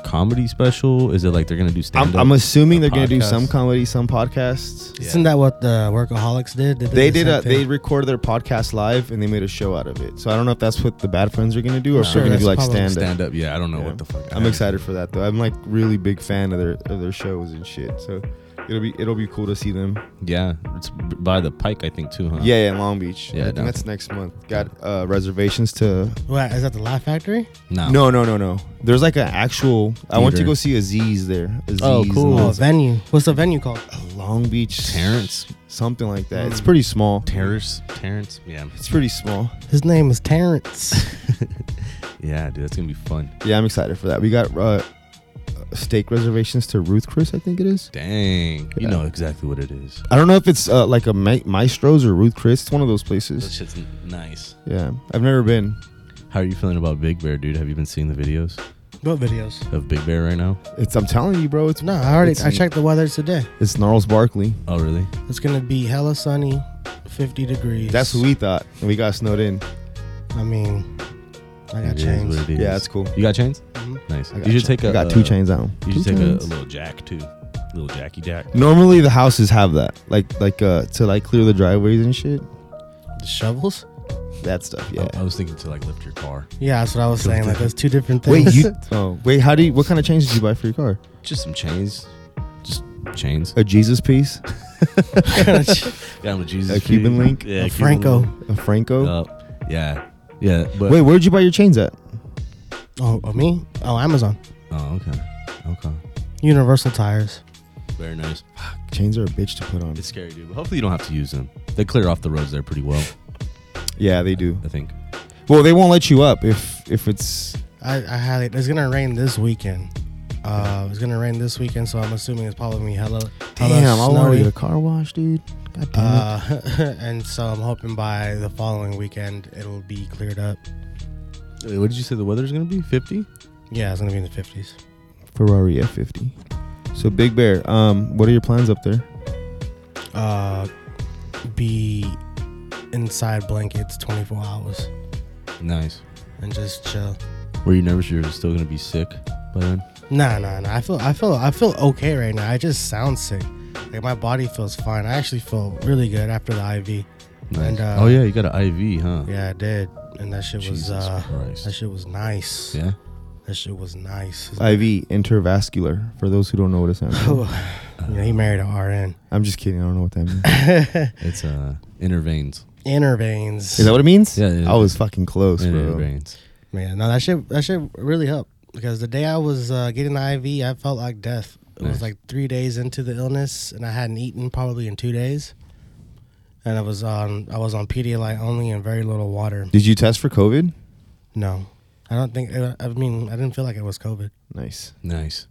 Speaker 4: comedy special? Is it like they're gonna do stand
Speaker 2: I'm,
Speaker 4: up?
Speaker 2: I'm assuming
Speaker 4: a
Speaker 2: they're going to do
Speaker 4: podcast.
Speaker 2: some comedy, some podcasts.
Speaker 4: Yeah.
Speaker 3: Isn't that what the workaholics did? did
Speaker 2: They
Speaker 3: the
Speaker 2: did.
Speaker 3: same
Speaker 2: A,
Speaker 3: thing?
Speaker 2: they recorded their podcast live, and they made a show out of it. So I don't know if that's what the Bad Friends are going to do, or if
Speaker 3: No,
Speaker 2: they're going to
Speaker 3: that's
Speaker 2: do like
Speaker 3: probably
Speaker 2: stand up.
Speaker 4: stand up. Yeah, I don't know what the fuck. I
Speaker 2: I'm
Speaker 4: haven't-
Speaker 2: excited for that though. I'm like really big fan of their of their shows and shit. So it'll be it'll be cool to see them.
Speaker 4: Yeah, it's b- by the Pike, I think too, huh?
Speaker 2: Yeah, yeah, Long Beach.
Speaker 4: Yeah,
Speaker 2: I think
Speaker 4: no.
Speaker 2: that's next month. Got uh, reservations to.
Speaker 3: What, is that the Laugh Factory?
Speaker 4: No.
Speaker 2: No, no, no, no. There's like an actual. I went to
Speaker 4: Theater.
Speaker 2: go see Aziz there. Aziz
Speaker 4: Oh,
Speaker 2: and
Speaker 4: cool.
Speaker 3: Oh,
Speaker 2: all
Speaker 4: Well,
Speaker 2: that.
Speaker 3: venue. What's the venue called?
Speaker 2: Long Beach,
Speaker 4: Terrence. Hmm.
Speaker 2: something like that. It's
Speaker 3: Mm.
Speaker 2: pretty small.
Speaker 4: Terrence. Terrence. Yeah.
Speaker 2: It's pretty small.
Speaker 3: His name is Terrence.
Speaker 4: Yeah, dude, that's gonna be fun.
Speaker 2: Yeah, I'm excited for that. We got uh, steak reservations to Ruth Chris, I think it is.
Speaker 4: Dang, you
Speaker 2: Yeah.
Speaker 4: know exactly what it is.
Speaker 2: I don't know if it's uh, like a Ma- Maestro's or Ruth Chris. It's one of those
Speaker 4: That
Speaker 2: places.
Speaker 4: shit's n- nice.
Speaker 2: Yeah, I've never been.
Speaker 4: How are you feeling about Big Bear, dude? Have you been seeing the videos
Speaker 3: what videos?
Speaker 4: of Big Bear right now?
Speaker 2: It's I'm telling you, bro. It's
Speaker 3: No, I already
Speaker 2: It's,
Speaker 3: I checked the weather today.
Speaker 2: It's Gnarls Barkley.
Speaker 4: Oh, really?
Speaker 3: It's gonna be hella sunny, fifty degrees.
Speaker 2: That's what we thought, and we got snowed in.
Speaker 3: I mean, I got
Speaker 4: It is
Speaker 3: chains.
Speaker 4: what it is.
Speaker 2: Yeah, that's cool.
Speaker 4: You got chains?
Speaker 3: Mhm.
Speaker 4: Nice.
Speaker 2: I got
Speaker 4: You should
Speaker 2: cha-
Speaker 4: take a.
Speaker 2: I got two
Speaker 4: uh,
Speaker 2: chains out.
Speaker 4: You
Speaker 2: Two
Speaker 4: should take a, a
Speaker 2: chains.
Speaker 4: little jack too, little Jackie Jack.
Speaker 2: Normally the houses have that, like like uh to like clear the driveways and shit.
Speaker 3: The shovels?
Speaker 2: That stuff. Yeah.
Speaker 4: I, I was thinking to like lift your car,
Speaker 3: Yeah, that's what I was saying. Like that's two different things.
Speaker 2: Wait, you? Oh, wait. How do you? What kind of chains did you buy for your car?
Speaker 4: just some chains, just chains.
Speaker 2: A Jesus piece,
Speaker 4: Yeah, I'm a Jesus.
Speaker 2: A Cuban
Speaker 4: dude.
Speaker 2: link?
Speaker 4: yeah,
Speaker 3: A
Speaker 4: Cuban
Speaker 3: Franco.
Speaker 4: link.
Speaker 2: a Franco.
Speaker 4: Uh, yeah, yeah. But
Speaker 2: wait, where'd you buy your chains at?
Speaker 3: oh, oh, me? Oh, Amazon.
Speaker 4: oh, okay, okay,
Speaker 3: Universal tires.
Speaker 4: very nice.
Speaker 2: Chains are a bitch to put on.
Speaker 4: It's scary, dude. But hopefully you don't have to use them. They clear off the roads there pretty well,
Speaker 2: Yeah, they do.
Speaker 4: I think.
Speaker 2: Well, they won't let you up if if it's
Speaker 3: I, I had it. It's gonna rain this weekend. Uh, it's gonna rain this weekend, so I'm assuming it's probably gonna be hella, hella
Speaker 2: damn. I want to get
Speaker 3: snowy.
Speaker 2: a car wash, dude. God damn it.
Speaker 3: Uh, and so I'm hoping by the following weekend it'll be cleared up.
Speaker 4: Wait, What did you say the weather's gonna be? Fifty?
Speaker 3: Yeah, it's gonna be in the 50s.
Speaker 2: Ferrari F50. So Big Bear, um, what are your plans up there?
Speaker 3: Uh, be inside blankets 24 hours
Speaker 4: Nice.
Speaker 3: and just chill.
Speaker 4: Were you nervous you were still gonna be sick by then?
Speaker 3: Nah, nah, nah. I feel, I feel, I feel okay right now. I just sound sick. Like my body feels fine. I actually feel really good after the IV.
Speaker 4: Nice.
Speaker 3: And, uh,
Speaker 4: oh yeah, you got an IV, huh?
Speaker 3: Yeah, I did, and that shit
Speaker 4: Jesus
Speaker 3: was, uh, that
Speaker 4: Christ.
Speaker 3: shit was nice.
Speaker 4: Yeah.
Speaker 3: That shit was nice.
Speaker 2: IV intervascular. For those who don't know what it stands for,
Speaker 3: You know, he married a RN.
Speaker 2: I'm just kidding. I don't know what that means.
Speaker 4: It's uh inner veins.
Speaker 3: Inner veins.
Speaker 2: Is that what it means?
Speaker 4: Yeah, yeah.
Speaker 2: I was fucking close,
Speaker 4: Inner
Speaker 2: bro.
Speaker 4: veins.
Speaker 3: Man, no, that shit, that shit really helped because the day I was uh, getting the IV, I felt like death. It
Speaker 4: Nice.
Speaker 3: was like three days into the illness, and I hadn't eaten probably in two days, and I was on, I was on Pedialyte only and very little water.
Speaker 2: Did you test for COVID?
Speaker 3: No, I don't think. uh, I mean, I didn't feel like it was COVID.
Speaker 2: Nice,
Speaker 4: Nice.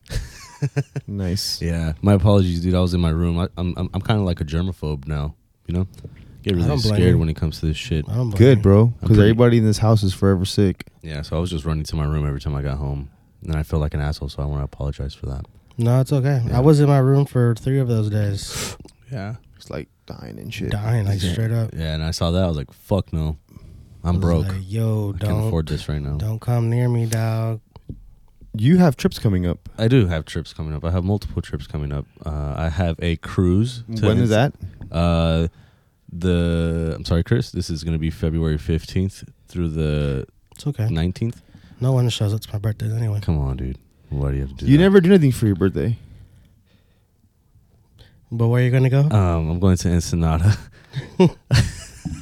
Speaker 2: nice.
Speaker 4: Yeah. My apologies, dude. I was in my room. I, I'm I'm, I'm kind of like a germaphobe now. You know, get
Speaker 3: I
Speaker 4: really
Speaker 3: don't blame
Speaker 4: scared
Speaker 3: you.
Speaker 4: when it comes to this shit.
Speaker 3: I don't blame
Speaker 2: Good,
Speaker 3: you.
Speaker 2: bro.
Speaker 4: I'm
Speaker 2: Because
Speaker 4: pretty-
Speaker 2: everybody in this house is forever sick.
Speaker 4: Yeah, so I was just running to my room every time I got home, and I felt like an asshole, so I want to apologize for that.
Speaker 3: No, it's okay.
Speaker 4: Yeah.
Speaker 3: I was in my room for three of those days,
Speaker 4: Yeah.
Speaker 2: It's like dying and shit.
Speaker 3: dying like straight up.
Speaker 4: Yeah, and I saw that. I was like, fuck no.
Speaker 3: I
Speaker 4: I'm
Speaker 3: was
Speaker 4: broke.
Speaker 3: like, Yo,
Speaker 4: I can't afford
Speaker 3: don't
Speaker 4: this right now.
Speaker 3: don't come near me, dog.
Speaker 2: You have trips coming up.
Speaker 4: I do have trips coming up. I have multiple trips coming up. Uh, I have a cruise. to-
Speaker 2: When is that?
Speaker 4: Uh, the I'm sorry, Chris. This is going to be February 15th through the
Speaker 3: It's okay.
Speaker 4: 19th.
Speaker 3: No one shows up to my birthdays anyway.
Speaker 4: Come on, dude. Why do you have to do
Speaker 2: you
Speaker 4: that?
Speaker 2: never do anything for your birthday.
Speaker 3: But where you gonna go?
Speaker 4: Um, I'm going to Ensenada. I'm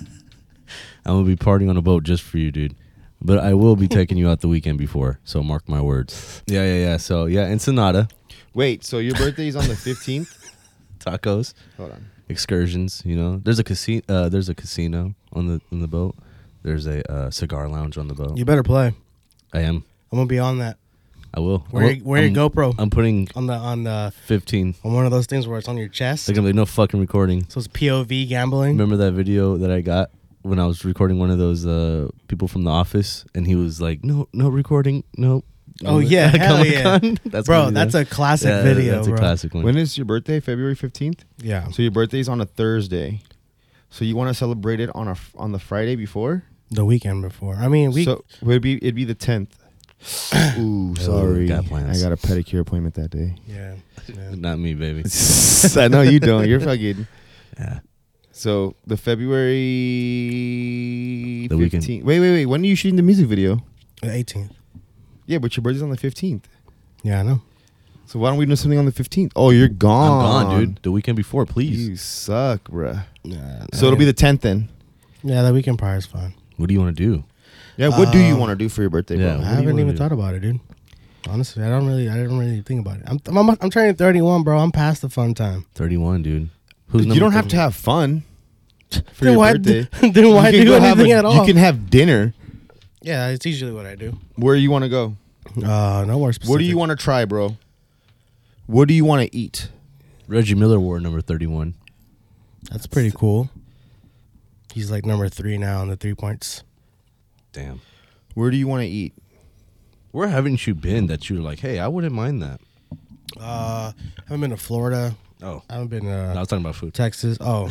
Speaker 4: gonna be partying on a boat just for you, dude. But I will be taking you out the weekend before, so mark my words. Yeah, yeah, yeah. So yeah, Ensenada,
Speaker 2: Wait, so your birthday is on the 15th?
Speaker 4: tacos,
Speaker 2: Hold on.
Speaker 4: excursions. You know, there's a casino. Uh, there's a casino on the on the boat. There's a uh, cigar lounge on the boat.
Speaker 3: You better play. I'm
Speaker 4: I am.
Speaker 3: gonna be on that.
Speaker 4: I will. I
Speaker 3: Where
Speaker 4: will.
Speaker 3: you, where
Speaker 4: I'm-
Speaker 3: your GoPro?
Speaker 4: I'm putting
Speaker 3: on the on the
Speaker 4: 15.
Speaker 3: on one of those things where it's on your chest.
Speaker 4: They're gonna be like, no fucking recording.
Speaker 3: So it's POV gambling.
Speaker 4: Remember that video that I got when I was recording one of those uh, people from the office, and he was like, "No, no recording, no."
Speaker 3: Oh, yeah, hell yeah.
Speaker 4: that's
Speaker 3: bro,
Speaker 4: gonna be
Speaker 3: that's
Speaker 4: the-
Speaker 3: a classic
Speaker 4: Yeah,
Speaker 3: video,
Speaker 4: That's
Speaker 3: bro.
Speaker 4: a classic one.
Speaker 2: When is your birthday? February 15th?
Speaker 3: Yeah.
Speaker 2: So your birthday's on a Thursday. So you want to celebrate it on a f- on the Friday before?
Speaker 3: The weekend before. I mean, we
Speaker 2: so would it be it'd be the 10th. Ooh, sorry.
Speaker 4: got
Speaker 2: I
Speaker 4: plans.
Speaker 2: got a pedicure appointment that day.
Speaker 3: yeah. yeah.
Speaker 4: Not me, baby.
Speaker 2: I know you don't. You're fucking
Speaker 4: Yeah.
Speaker 2: So the February
Speaker 4: The weekend.
Speaker 2: 15th. Wait, wait, wait. When are you shooting the music video?
Speaker 3: The 18th.
Speaker 2: Yeah, but your birthday's on the 15th.
Speaker 3: Yeah, I know.
Speaker 2: So why don't we do something on the 15th? Oh, you're
Speaker 4: I'm
Speaker 2: gone.
Speaker 4: gone, dude. The weekend before, please.
Speaker 2: You suck, bruh.
Speaker 3: Yeah.
Speaker 2: So it'll be the 10th then.
Speaker 3: Yeah, the weekend prior is fine.
Speaker 4: What do you want to do?
Speaker 2: Yeah, what do you
Speaker 3: Um,
Speaker 2: want to do for your birthday,
Speaker 4: yeah.
Speaker 2: bro?
Speaker 4: What
Speaker 3: I
Speaker 4: do you
Speaker 3: haven't
Speaker 4: wanna
Speaker 3: even
Speaker 4: do?
Speaker 3: thought about it, dude. Honestly, I don't really I didn't really think about it. I'm I'm, I'm turning 31, bro. I'm past the fun time.
Speaker 4: 31, dude. Who's
Speaker 2: You don't have to have fun for
Speaker 3: then
Speaker 2: your
Speaker 3: why
Speaker 2: birthday.
Speaker 3: then why
Speaker 2: you can
Speaker 3: do
Speaker 2: go have
Speaker 3: anything
Speaker 2: a-
Speaker 3: at all?
Speaker 2: You can have dinner.
Speaker 3: yeah, it's usually what I do.
Speaker 2: Where you want to go?
Speaker 3: Uh, no more specific.
Speaker 2: What do you want to try, bro? What do you want to eat?
Speaker 4: Reggie Miller wore number 31.
Speaker 3: That's pretty cool. He's like number three now on the three points.
Speaker 4: Damn.
Speaker 2: Where do you want to eat?
Speaker 4: Where haven't you been that you're like, hey, I wouldn't mind that?
Speaker 3: Uh, haven't been to Florida.
Speaker 4: Oh,
Speaker 3: I haven't been
Speaker 4: I
Speaker 3: to
Speaker 4: was talking about food.
Speaker 3: Texas. Oh,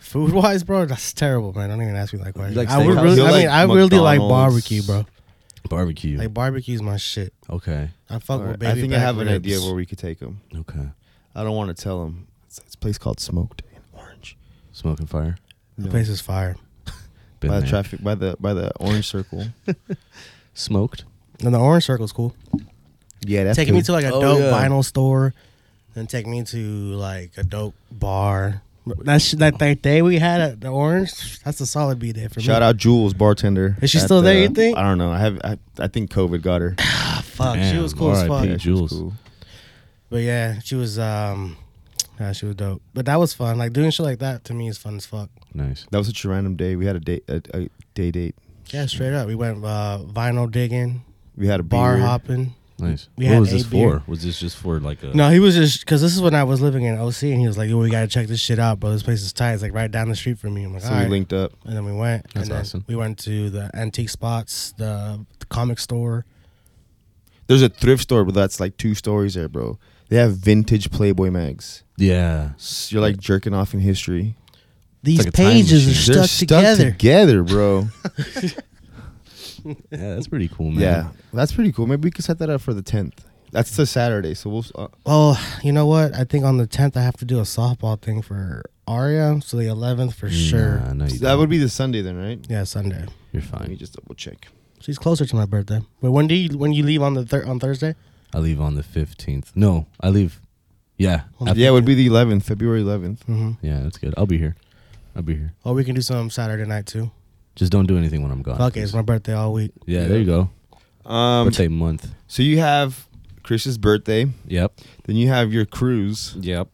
Speaker 3: food wise, bro, that's terrible, man. Don't even ask me that question.
Speaker 4: like
Speaker 3: I, would
Speaker 4: steakhouse?
Speaker 3: really,
Speaker 4: You
Speaker 3: I mean,
Speaker 2: like
Speaker 3: I really like
Speaker 2: McDonald's?
Speaker 3: barbecue, bro.
Speaker 4: Barbecue.
Speaker 3: Like barbecue's my shit.
Speaker 4: okay.
Speaker 3: I fuck with
Speaker 2: Alright,
Speaker 3: baby.
Speaker 2: I think I
Speaker 3: back
Speaker 2: have an
Speaker 3: ribs.
Speaker 2: idea where we could take them.
Speaker 4: Okay.
Speaker 2: I don't want to tell them. It's it's a place called Smoked in Orange.
Speaker 4: Smoking fire.
Speaker 3: the
Speaker 2: No.
Speaker 3: place is fire.
Speaker 4: Been
Speaker 2: by the
Speaker 4: there.
Speaker 2: traffic, by the by the Orange Circle.
Speaker 4: Smoked.
Speaker 3: And the orange circle's cool.
Speaker 2: yeah, that's
Speaker 3: Taking me to like a
Speaker 4: Oh,
Speaker 3: dope
Speaker 4: yeah.
Speaker 3: vinyl store, and take me to like a dope bar. That sh- that that day we had at the orange, that's a solid B day for me.
Speaker 2: Shout out Jules, bartender.
Speaker 3: Is she
Speaker 2: at
Speaker 3: still there,
Speaker 2: the-
Speaker 3: you think?
Speaker 2: I don't know. I have. I, I think COVID got her.
Speaker 3: Fuck, she
Speaker 4: Damn,
Speaker 3: was cool as
Speaker 4: RIP.
Speaker 3: fuck.
Speaker 4: Yeah, she was
Speaker 2: Jules.
Speaker 4: cool.
Speaker 3: But yeah, she was um yeah, she was dope. But that was fun. Like doing shit like that to me is fun as fuck.
Speaker 4: Nice.
Speaker 2: That was such a random day. We had a date. A, a day date.
Speaker 3: Yeah, straight up. We went uh vinyl digging,
Speaker 2: We had a
Speaker 3: bar
Speaker 2: beer.
Speaker 3: hopping.
Speaker 4: Nice.
Speaker 3: We
Speaker 4: what
Speaker 3: had
Speaker 4: was this
Speaker 3: a beer.
Speaker 4: for? Was this just for like a?
Speaker 3: No, he was just because this is when I was living in OC, and he was like, "Yo, we gotta check this shit out, bro. This place is tight. It's like right down the street from me." I'm like,
Speaker 2: So
Speaker 3: "All right."
Speaker 2: we linked up.
Speaker 3: and then we went.
Speaker 4: That's
Speaker 3: and then
Speaker 4: awesome.
Speaker 3: We went to the antique spots, the, the comic store.
Speaker 2: There's a thrift store, but that's like two stories there, bro. They have vintage Playboy mags.
Speaker 4: Yeah.
Speaker 2: S- You're like jerking off in history.
Speaker 3: These
Speaker 4: like a time
Speaker 3: pages are
Speaker 4: machine.
Speaker 3: stuck,
Speaker 2: They're stuck
Speaker 3: together.
Speaker 2: together, bro.
Speaker 4: Yeah, that's pretty cool, man.
Speaker 2: yeah, that's pretty cool. Maybe we could set that up for the 10th. That's the Saturday, so we'll. s- Uh,
Speaker 3: Well, you know what? I think on the tenth I have to do a softball thing for Aria, so the eleventh for sure.
Speaker 4: Nah, no, you
Speaker 2: that would be the Sunday then, right?
Speaker 3: Yeah, Sunday.
Speaker 4: You're
Speaker 2: Let me
Speaker 4: fine.
Speaker 2: just double check.
Speaker 3: She's closer to my birthday. But when do you when you leave on the thir- on Thursday?
Speaker 4: I leave on the 15th. No, I leave. Yeah.
Speaker 3: On
Speaker 4: I-
Speaker 2: Yeah, it would be the 11th, February 11th.
Speaker 3: Mm-hmm.
Speaker 4: yeah, that's good. I'll be here. I'll be here.
Speaker 3: Or Oh, we can do some Saturday night too.
Speaker 4: Just don't do anything when I'm gone.
Speaker 3: Fuck it, it's my birthday all week.
Speaker 4: Yeah, there you go.
Speaker 2: Um,
Speaker 4: Birthday month.
Speaker 2: so you have Chris's birthday,
Speaker 4: Yep.
Speaker 2: then you have your cruise,
Speaker 4: Yep.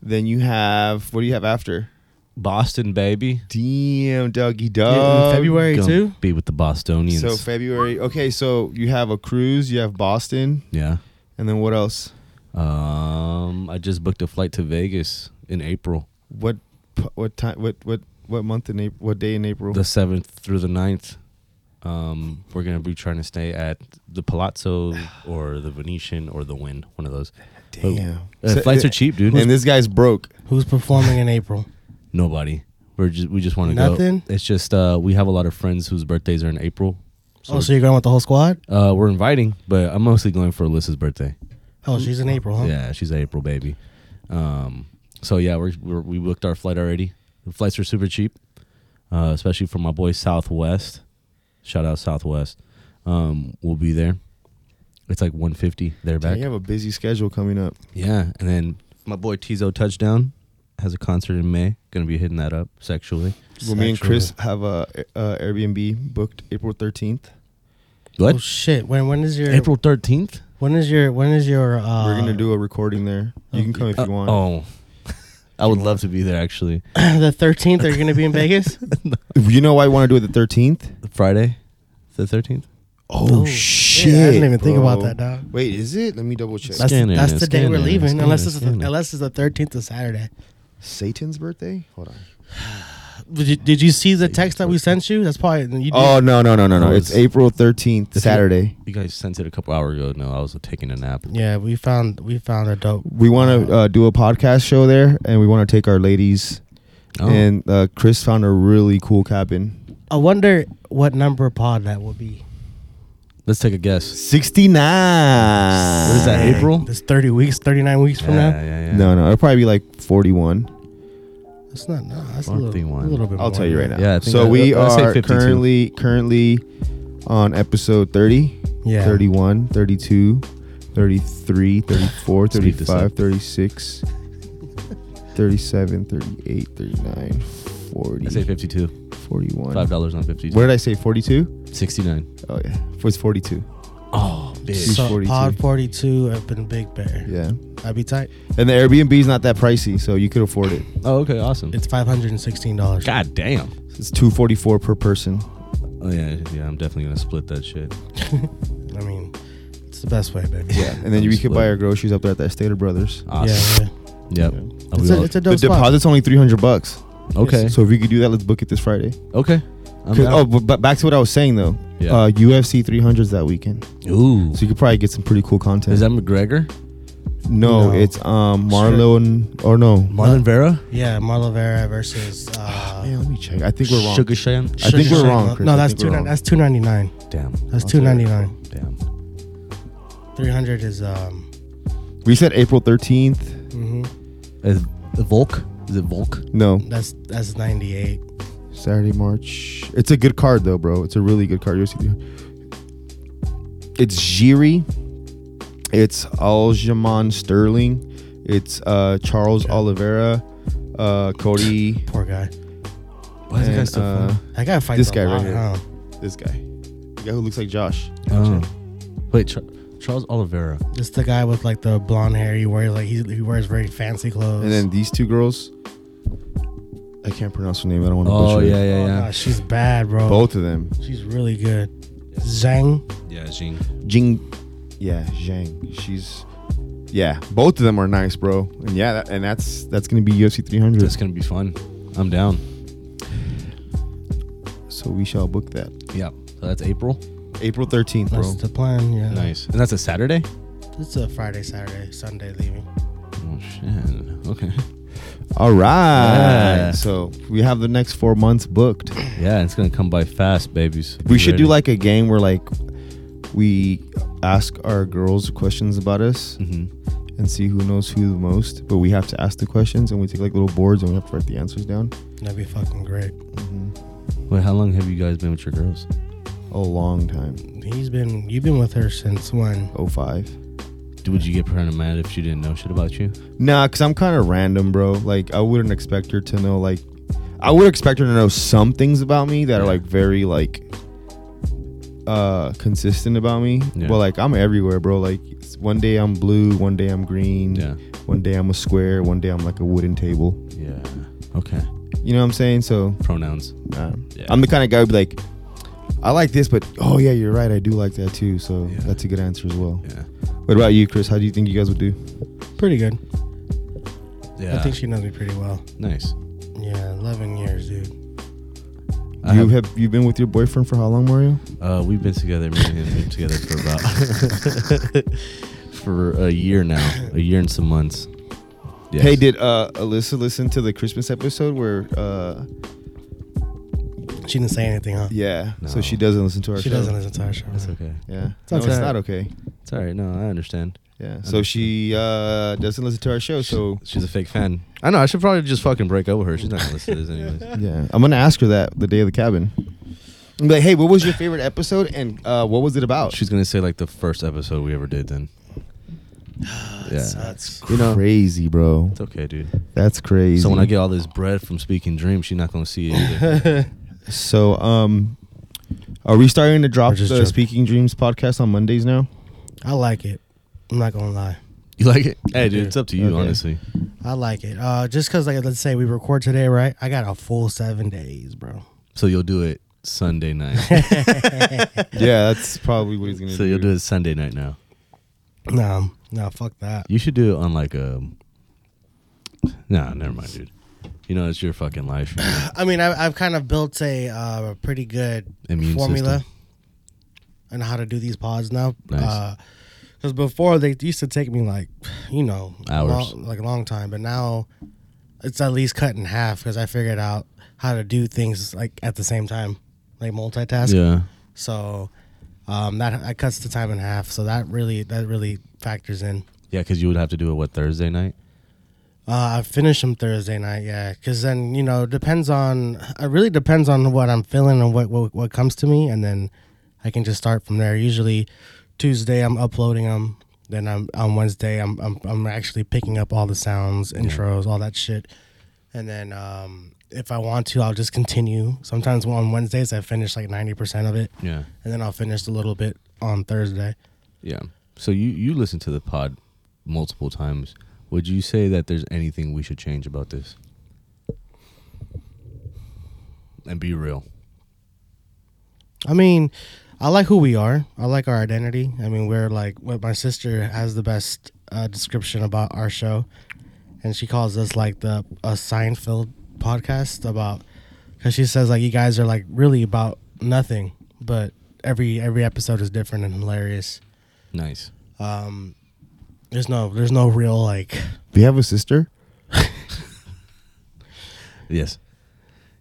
Speaker 2: then you have what do you have after?
Speaker 4: Boston, baby.
Speaker 2: Damn, doggy
Speaker 3: Yeah,
Speaker 2: dog.
Speaker 3: in February
Speaker 4: Gonna
Speaker 3: too.
Speaker 4: Be with the Bostonians.
Speaker 2: Um, So February. Okay, so you have a cruise, you have Boston,
Speaker 4: yeah.
Speaker 2: and then what else?
Speaker 4: Um, I just booked a flight to Vegas in April.
Speaker 2: What p- what time? What what what month in April? What day in April?
Speaker 4: the seventh through the 9th. Um, we're gonna be trying to stay at the Palazzo or the Venetian or the Wynn, one of those. But, uh,
Speaker 2: So-
Speaker 4: flights are cheap, dude.
Speaker 2: And this guy's broke.
Speaker 3: Who's performing in April?
Speaker 4: Nobody. We're just we just want to go.
Speaker 3: Nothing?
Speaker 4: It's just uh, we have a lot of friends whose birthdays are in April.
Speaker 3: oh, so you're going with the whole squad?
Speaker 4: Uh, we're inviting, but I'm mostly going for Alyssa's birthday.
Speaker 3: Oh,
Speaker 2: Mm-hmm.
Speaker 3: she's in April, huh?
Speaker 4: Yeah, she's an April baby. Um, so yeah, we're, we're we booked our flight already. The flights are super cheap, uh, especially for my boy Southwest. Shout out Southwest. Um, we'll be there. It's like 150 there
Speaker 2: Damn,
Speaker 4: back.
Speaker 2: you have a busy schedule coming up.
Speaker 4: Yeah, and then my boy Tizo Touchdown has a concert in May. Gonna be hitting that up sexually.
Speaker 2: Well, me and
Speaker 3: Sexual.
Speaker 2: Chris have a, uh Airbnb booked April thirteenth.
Speaker 4: What?
Speaker 3: Oh shit! When when is your
Speaker 4: April 13th.
Speaker 3: When is your when is your? Uh,
Speaker 2: We're gonna do a recording there. You can come if you want.
Speaker 4: Oh, I would love to be there actually.
Speaker 3: the thirteenth. Are you gonna be in Vegas?
Speaker 2: You know why I want to do it the thirteenth?
Speaker 4: Friday, the 13th.
Speaker 2: Oh,
Speaker 3: shit, I didn't even think about that, dog.
Speaker 2: Wait, is it? Let me double check.
Speaker 3: That's,
Speaker 4: Scan it,
Speaker 3: that's the day
Speaker 4: scan
Speaker 3: we're
Speaker 4: it,
Speaker 3: leaving,
Speaker 4: scan
Speaker 3: unless
Speaker 4: it,
Speaker 3: it's the,
Speaker 4: scan it.
Speaker 3: unless it's the thirteenth of Saturday.
Speaker 2: Satan's birthday? Hold on.
Speaker 3: Did you, did you see the text that we sent you? That's probably you. Did,
Speaker 2: Oh no no no no no!
Speaker 4: That
Speaker 2: It's
Speaker 4: was-
Speaker 2: April thirteenth, Saturday.
Speaker 4: You guys sent it a couple hours ago. No, I was taking a nap.
Speaker 3: yeah, we found we found a dope.
Speaker 2: We want to uh, do a podcast show there, and we want to take our ladies.
Speaker 4: Oh.
Speaker 2: And uh, Chris found a really cool cabin.
Speaker 3: I wonder what number pod that will be.
Speaker 4: Let's take a guess.
Speaker 2: Sixty nine.
Speaker 4: What is that? April?
Speaker 3: It's thirty weeks, thirty nine weeks from now.
Speaker 4: yeah, yeah.
Speaker 2: No no, it'll probably be like forty one.
Speaker 3: That's not. No, that's a little,
Speaker 4: 41.
Speaker 3: a little bit.
Speaker 2: I'll
Speaker 3: more
Speaker 2: tell you
Speaker 3: than
Speaker 2: right
Speaker 3: that.
Speaker 2: now.
Speaker 4: Yeah, I think
Speaker 2: so
Speaker 4: that-
Speaker 2: we
Speaker 4: let's say
Speaker 2: are
Speaker 4: 52.
Speaker 2: currently currently on episode 30,
Speaker 3: Yeah.
Speaker 2: 31, 32, 33, 34,
Speaker 4: Speed this
Speaker 2: 35,
Speaker 4: up.
Speaker 2: 36, 37, 38, 39, 40,
Speaker 4: I say 52.
Speaker 2: 41.
Speaker 4: Five dollars on 52.
Speaker 2: What did I say? 42?
Speaker 4: 69.
Speaker 2: Oh yeah. It was 42.
Speaker 4: Oh, bitch.
Speaker 3: So
Speaker 2: 42.
Speaker 3: pod forty two up in Big Bear.
Speaker 2: Yeah.
Speaker 3: That'd be tight.
Speaker 2: And the Airbnb is not that pricey, so you could afford it.
Speaker 4: Oh, okay, awesome.
Speaker 3: It's five hundred and sixteen dollars.
Speaker 4: God damn.
Speaker 2: It's 244 per person.
Speaker 4: Oh yeah, yeah. I'm definitely gonna split that shit.
Speaker 3: I mean, it's the best way, baby.
Speaker 2: Yeah. And then you, we could buy our groceries up there at that Stater Brothers.
Speaker 3: Yeah,
Speaker 4: Awesome.
Speaker 3: yeah.
Speaker 4: Yeah. Yep.
Speaker 2: Yeah.
Speaker 4: I'll be
Speaker 3: It's a,
Speaker 4: all-
Speaker 3: it's a
Speaker 2: The
Speaker 3: dope spot.
Speaker 2: deposit's only 300 bucks.
Speaker 4: okay.
Speaker 2: So if we could do that, let's book it this Friday.
Speaker 4: okay. I'm
Speaker 2: 'Cause-
Speaker 4: down.
Speaker 2: oh, but, but back to what I was saying though.
Speaker 4: Yeah.
Speaker 2: Uh, UFC 300s that weekend,
Speaker 4: Ooh.
Speaker 2: so you could probably get some pretty cool content.
Speaker 4: Is that McGregor?
Speaker 2: no,
Speaker 3: No.
Speaker 2: It's um Marlon or no?
Speaker 4: Marlon Vera?
Speaker 3: Yeah, Marlon Vera versus. Uh,
Speaker 2: Ah, Man, let me check. I think we're wrong.
Speaker 4: Sugar Shan?
Speaker 2: I think
Speaker 3: Sugar
Speaker 2: we're
Speaker 3: Shane.
Speaker 2: wrong, Chris.
Speaker 3: No,
Speaker 2: I
Speaker 3: that's
Speaker 2: think
Speaker 3: two.
Speaker 2: we're wrong.
Speaker 3: That's two ninety nine.
Speaker 4: Damn.
Speaker 3: That's
Speaker 2: I'll
Speaker 3: two
Speaker 2: tell
Speaker 3: ninety nine.
Speaker 4: Damn.
Speaker 3: Three hundred is um.
Speaker 2: We said April 13th.
Speaker 3: hmm
Speaker 4: Is it Volk? Is it Volk?
Speaker 2: No,
Speaker 3: That's that's ninety eight.
Speaker 2: Saturday, March. It's a good card though, bro. It's a really good card. UFC 300. It's Jiri. It's Aljamain Sterling. It's uh Charles Oliveira. Uh, Cody.
Speaker 3: Poor guy.
Speaker 4: Why is it guy
Speaker 2: and,
Speaker 4: still
Speaker 2: uh,
Speaker 3: That guy fights
Speaker 2: This
Speaker 3: a
Speaker 2: guy
Speaker 3: lot,
Speaker 2: right here.
Speaker 3: huh?
Speaker 2: this guy, the guy who looks like Josh.
Speaker 4: funny? Oh. Wait, Char- Charles Oliveira.
Speaker 3: It's the guy with like the blonde hair. He wears like he, he wears very fancy clothes.
Speaker 2: And then these two girls, I can't pronounce her name. I don't want to
Speaker 4: Oh
Speaker 2: butcher
Speaker 4: yeah,
Speaker 2: it.
Speaker 3: oh,
Speaker 4: yeah, yeah.
Speaker 3: nah, she's bad, bro.
Speaker 2: Both of them,
Speaker 3: She's really good. Zhang.
Speaker 4: Yeah, Jing.
Speaker 2: Jing, yeah, Zhang. She's, yeah, both of them are nice, bro. And yeah, that, and that's that's gonna be UFC 300.
Speaker 4: That's gonna be fun. I'm down.
Speaker 2: so we shall book that.
Speaker 4: Yeah. So that's April.
Speaker 2: April 13th, bro.
Speaker 3: That's the plan. Yeah.
Speaker 4: Nice. And that's a Saturday.
Speaker 3: It's a Friday, Saturday, Sunday leaving.
Speaker 4: Oh shit. Okay.
Speaker 2: All right.
Speaker 4: Yeah.
Speaker 2: So we have the next four months booked.
Speaker 4: Yeah, it's gonna come by fast, babies.
Speaker 2: We should do
Speaker 4: ready.
Speaker 2: like a game where like we ask our girls questions about us.
Speaker 4: Mhm.
Speaker 2: and see who knows who the most. But we have to ask the questions, and we take like little boards, and we have to write the answers down.
Speaker 3: That'd be fucking great.
Speaker 4: Wait, how long have you guys been with your girls?
Speaker 2: A long time.
Speaker 3: He's been you've been with her since when?
Speaker 2: Oh five.
Speaker 4: Dude, Would you get kind of mad if she didn't know shit about you?
Speaker 2: Nah, cause I'm kind of random, bro. Like I wouldn't expect her to know. Like I would expect her to know some things about me that are
Speaker 4: Yeah.
Speaker 2: like very like uh consistent about me.
Speaker 4: Yeah.
Speaker 2: But like I'm everywhere, bro. Like it's- one day I'm blue, one day I'm green.
Speaker 4: Mm. Yeah.
Speaker 2: One day I'm a square, one day I'm like a wooden table.
Speaker 4: Yeah. Okay.
Speaker 2: You know what I'm saying? So
Speaker 4: Pronouns.
Speaker 2: Nah.
Speaker 4: Yeah.
Speaker 2: I'm the kind of guy who'd be like, I like this, but oh yeah, you're right. I do like that too. So
Speaker 4: Yeah.
Speaker 2: that's a good answer as well.
Speaker 4: Yeah.
Speaker 2: What about you, Chris? How do you think you guys would do?
Speaker 3: Pretty good.
Speaker 4: Yeah.
Speaker 3: I think she knows me pretty well.
Speaker 4: nice.
Speaker 3: Yeah, eleven years, dude.
Speaker 4: I
Speaker 2: you have you been with your boyfriend for how long, Mario?
Speaker 4: Uh, we've been together, me and him, been together for about for a year now, a year and some months. Yes.
Speaker 2: Hey, did uh, Alyssa listen to the Christmas episode where? Uh,
Speaker 3: She didn't say anything, huh?
Speaker 2: yeah, so
Speaker 4: No.
Speaker 2: she doesn't listen to our
Speaker 3: She
Speaker 2: show.
Speaker 3: doesn't listen to our show.
Speaker 4: That's okay.
Speaker 2: Yeah,
Speaker 3: It's
Speaker 2: no, it's
Speaker 3: okay.
Speaker 2: not okay.
Speaker 4: It's all right. No, I understand.
Speaker 2: Yeah, so she uh, doesn't listen to our show. So
Speaker 4: She's a fake fan. I know. I should probably just fucking break up with her. She's not gonna listen to this anyways.
Speaker 2: yeah, I'm gonna ask her that the day of the cabin. I'm like, hey, what was your favorite episode and uh, what was it about?
Speaker 4: She's gonna say like the first episode we ever did. Then. Yeah.
Speaker 3: That's
Speaker 4: You know.
Speaker 2: crazy, bro.
Speaker 4: It's okay, dude.
Speaker 2: That's crazy.
Speaker 4: So when I get all this bread from Speaking Dream, she's not gonna see it either.
Speaker 2: So, um, are we starting to drop
Speaker 3: We're
Speaker 2: the
Speaker 3: just joking.
Speaker 2: Speaking Dreams podcast on Mondays now?
Speaker 3: I like it. I'm not gonna lie.
Speaker 4: you like it? Hey, dude. It's up to you,
Speaker 2: Okay.
Speaker 4: honestly.
Speaker 3: I like it. Uh, just cause like let's say we record today, right? I got a full seven days, bro.
Speaker 4: So you'll do it Sunday night.
Speaker 2: yeah, that's probably what he's gonna
Speaker 4: so
Speaker 2: do.
Speaker 4: you'll do it Sunday night now.
Speaker 3: No, no, fuck that.
Speaker 4: You should do it on like a. Nah, never mind, dude. You know it's your fucking life. you know.
Speaker 3: I mean, I, I've kind of built a uh, pretty good
Speaker 4: Immune
Speaker 3: formula
Speaker 4: system.
Speaker 3: on how to do these pods now.
Speaker 4: Nice.
Speaker 3: Because before they used to take me like, you know,
Speaker 4: Hours.
Speaker 3: long, like a long time, but now it's at least cut in half because I figured out how to do things like at the same time, like multitask.
Speaker 4: Yeah.
Speaker 3: So um, that that cuts the time in half. So that really that really factors in.
Speaker 4: Yeah, because you would have to do it what Thursday night.
Speaker 3: Uh, I finish them Thursday night, yeah. Because then you know depends on it really depends on what I'm feeling and what, what what comes to me, and then I can just start from there. Usually Tuesday I'm uploading them, then I'm on Wednesday I'm I'm, I'm actually picking up all the sounds, intros, all that shit, and then um, if I want to I'll just continue. Sometimes on Wednesdays I finish like ninety percent of it,
Speaker 4: Yeah.
Speaker 3: and then I'll finish a little bit on Thursday.
Speaker 4: Yeah. So you you listen to the pod multiple times. Would you say that there's anything we should change about this? And be real.
Speaker 3: I mean, I like who we are. I like our identity. I mean, we're like what my sister has the best uh, description about our show, and she calls us like the a Seinfeld podcast about because she says like you guys are like really about nothing, but every every episode is different and hilarious.
Speaker 4: Nice.
Speaker 3: Um, there's no there's no real like
Speaker 2: Do you have a sister?
Speaker 4: Yes.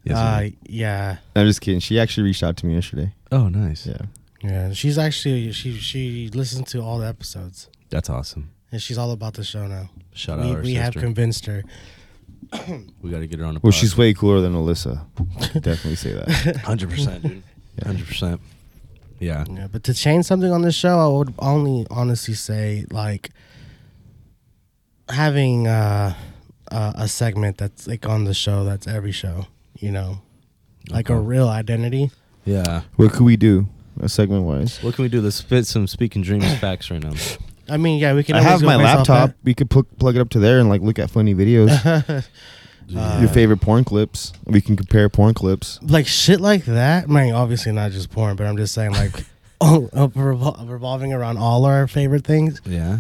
Speaker 4: Yes. you're
Speaker 3: uh,
Speaker 4: right.
Speaker 3: yeah
Speaker 2: I'm just kidding. She actually reached out to me yesterday.
Speaker 4: oh, nice.
Speaker 2: Yeah.
Speaker 3: yeah. She's actually she she listens to all the episodes.
Speaker 4: That's awesome.
Speaker 3: And she's all about the show now.
Speaker 4: Shout
Speaker 3: we
Speaker 4: out our
Speaker 3: we have
Speaker 4: sister.
Speaker 3: convinced her.
Speaker 4: we got to get her on the.
Speaker 2: Well,
Speaker 4: pod.
Speaker 2: she's way cooler than Alyssa. Definitely say that.
Speaker 4: hundred percent, dude. Hundred percent. Yeah.
Speaker 3: Yeah, but to change something on this show, I would only honestly say like having uh, a, a segment that's like on the show that's every show, you know, like a
Speaker 4: Okay.
Speaker 3: real identity.
Speaker 4: Yeah.
Speaker 2: What could we do, uh, segment wise?
Speaker 4: What can we do? Let's spit some speaking dreams facts right now.
Speaker 3: I mean, yeah, we can.
Speaker 2: I
Speaker 3: always
Speaker 2: have
Speaker 3: go
Speaker 2: my
Speaker 3: based off
Speaker 2: laptop.
Speaker 3: that.
Speaker 2: We could pl- plug it up to there and like look at funny videos.
Speaker 3: Uh,
Speaker 2: Your favorite porn clips. We can compare porn clips.
Speaker 3: Like shit like that. I mean, obviously not just porn, but I'm just saying like oh, uh, revol- revolving around all our favorite things.
Speaker 4: Yeah.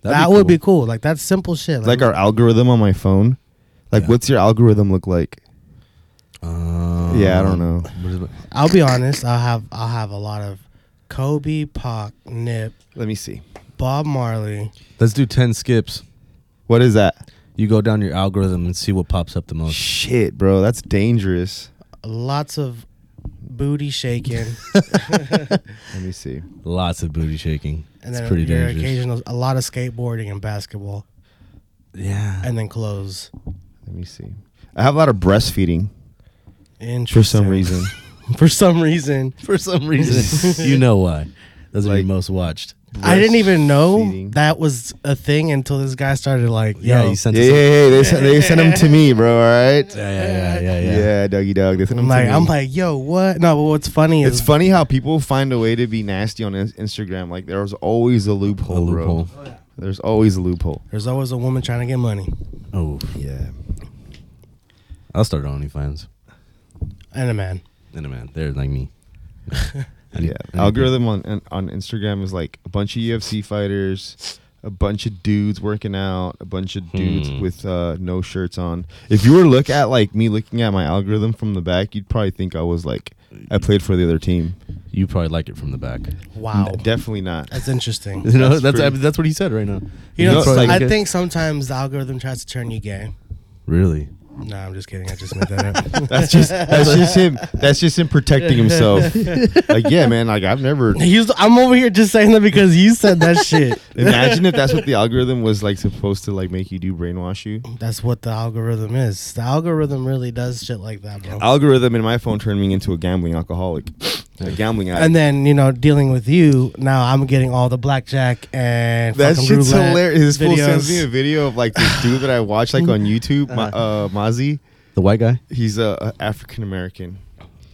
Speaker 4: That'd
Speaker 3: that would be cool. Like that's simple shit.
Speaker 2: Like our algorithm on my phone. Like,
Speaker 4: Yeah.
Speaker 2: what's your algorithm look like?
Speaker 4: cool. Um,
Speaker 2: yeah, I don't know.
Speaker 4: what is it?
Speaker 3: I'll be honest. I'll have I'll have a lot of Kobe, Pac, Nip,
Speaker 2: Let me see.
Speaker 3: Bob Marley.
Speaker 4: Let's do ten skips.
Speaker 2: What is that?
Speaker 4: You go down your algorithm and see what pops up the most.
Speaker 2: Shit, bro. That's dangerous.
Speaker 3: lots of booty shaking,
Speaker 2: Let me see.
Speaker 4: Lots of booty shaking.
Speaker 3: and
Speaker 4: it's
Speaker 3: then
Speaker 4: pretty
Speaker 3: your
Speaker 4: dangerous.
Speaker 3: occasional a lot of skateboarding and basketball,
Speaker 4: yeah.
Speaker 3: and then clothes.
Speaker 2: Let me see. I have a lot of breastfeeding
Speaker 3: Interesting.
Speaker 2: for some reason.
Speaker 3: for some reason,
Speaker 4: for some reason, you know why? Those are
Speaker 2: Like-
Speaker 4: your most watched.
Speaker 3: I didn't even know
Speaker 2: Breastfeeding.
Speaker 3: that was a thing until this guy started like,
Speaker 4: Yeah,
Speaker 3: yo.
Speaker 4: you sent
Speaker 2: yeah,
Speaker 4: us.
Speaker 2: yeah, yeah. They, sent, they sent them to me, bro. All right.
Speaker 4: Yeah, yeah, yeah, yeah,
Speaker 2: Yeah,
Speaker 4: yeah.
Speaker 2: Dougie Dog. They sent
Speaker 3: I'm
Speaker 2: them
Speaker 3: like,
Speaker 2: to me.
Speaker 3: I'm like, yo, what? No, but what's funny
Speaker 2: It's
Speaker 3: is
Speaker 2: funny how people find a way to be nasty on Ins- Instagram. Like there's always a loophole,
Speaker 4: A loophole.
Speaker 2: bro. There's always a loophole.
Speaker 3: there's always a woman trying to get money
Speaker 4: Oh,
Speaker 2: Yeah.
Speaker 4: I'll start OnlyFans.
Speaker 3: and a man.
Speaker 4: In a man, they're like me. I need-
Speaker 2: Yeah.
Speaker 4: I need-
Speaker 2: Algorithm on on Instagram is like a bunch of UFC fighters, a bunch of dudes working out, a bunch of dudes
Speaker 4: Hmm.
Speaker 2: with uh, no shirts on. If you were to look at like me looking at my algorithm from the back, you'd probably think I was like I played for the other team.
Speaker 4: You probably like it from the back.
Speaker 3: Wow,
Speaker 2: Definitely not.
Speaker 3: that's interesting.
Speaker 4: You know,
Speaker 2: That's
Speaker 4: that's I
Speaker 2: pretty-
Speaker 4: mean, that's what he said right now.
Speaker 3: You know,
Speaker 4: He's probably
Speaker 3: I
Speaker 4: like it.
Speaker 3: think sometimes the algorithm tries to turn you gay.
Speaker 4: really.
Speaker 3: No, I'm just kidding. I just made that up.
Speaker 2: That's just that's just him. That's just him protecting himself. like yeah, man. Like I've never.
Speaker 3: He's, I'm over here just saying that because you said that shit.
Speaker 2: Imagine if that's what the algorithm was like supposed to like make you do brainwash you.
Speaker 3: That's what the algorithm is. The algorithm really does shit like that, bro.
Speaker 2: Algorithm in my phone turned me into a gambling alcoholic, a gambling addict.
Speaker 3: and then you know, dealing with you now, I'm getting all the blackjack and
Speaker 2: That
Speaker 3: fucking
Speaker 2: shit's
Speaker 3: roulette
Speaker 2: hilarious. His fool sends
Speaker 3: videos.
Speaker 2: me a video of like this dude that I watch like on YouTube, Ma- uh, Mazi.
Speaker 4: The white guy.
Speaker 2: He's a, a African American.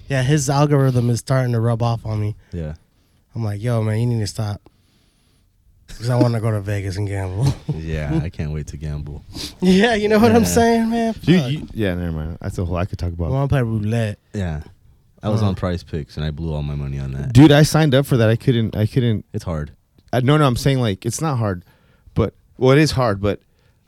Speaker 3: Yeah, his algorithm is starting to rub off on me.
Speaker 4: Yeah.
Speaker 3: I'm like, yo, man, you need to stop. Because I want to go to Vegas and gamble.
Speaker 4: Yeah, I can't wait to gamble.
Speaker 3: yeah, you know what I'm
Speaker 4: Yeah.
Speaker 3: saying, man?
Speaker 2: Dude,
Speaker 3: Fuck.
Speaker 2: you, yeah, never mind. That's a whole I could talk
Speaker 3: I
Speaker 2: about.
Speaker 3: want to play roulette.
Speaker 4: Yeah. I was on Price Picks and I blew all my money on that.
Speaker 2: Dude, I signed up for that. I couldn't. I couldn't.
Speaker 4: It's hard.
Speaker 2: I, no, no. I'm saying like it's not hard, but well, it is hard. But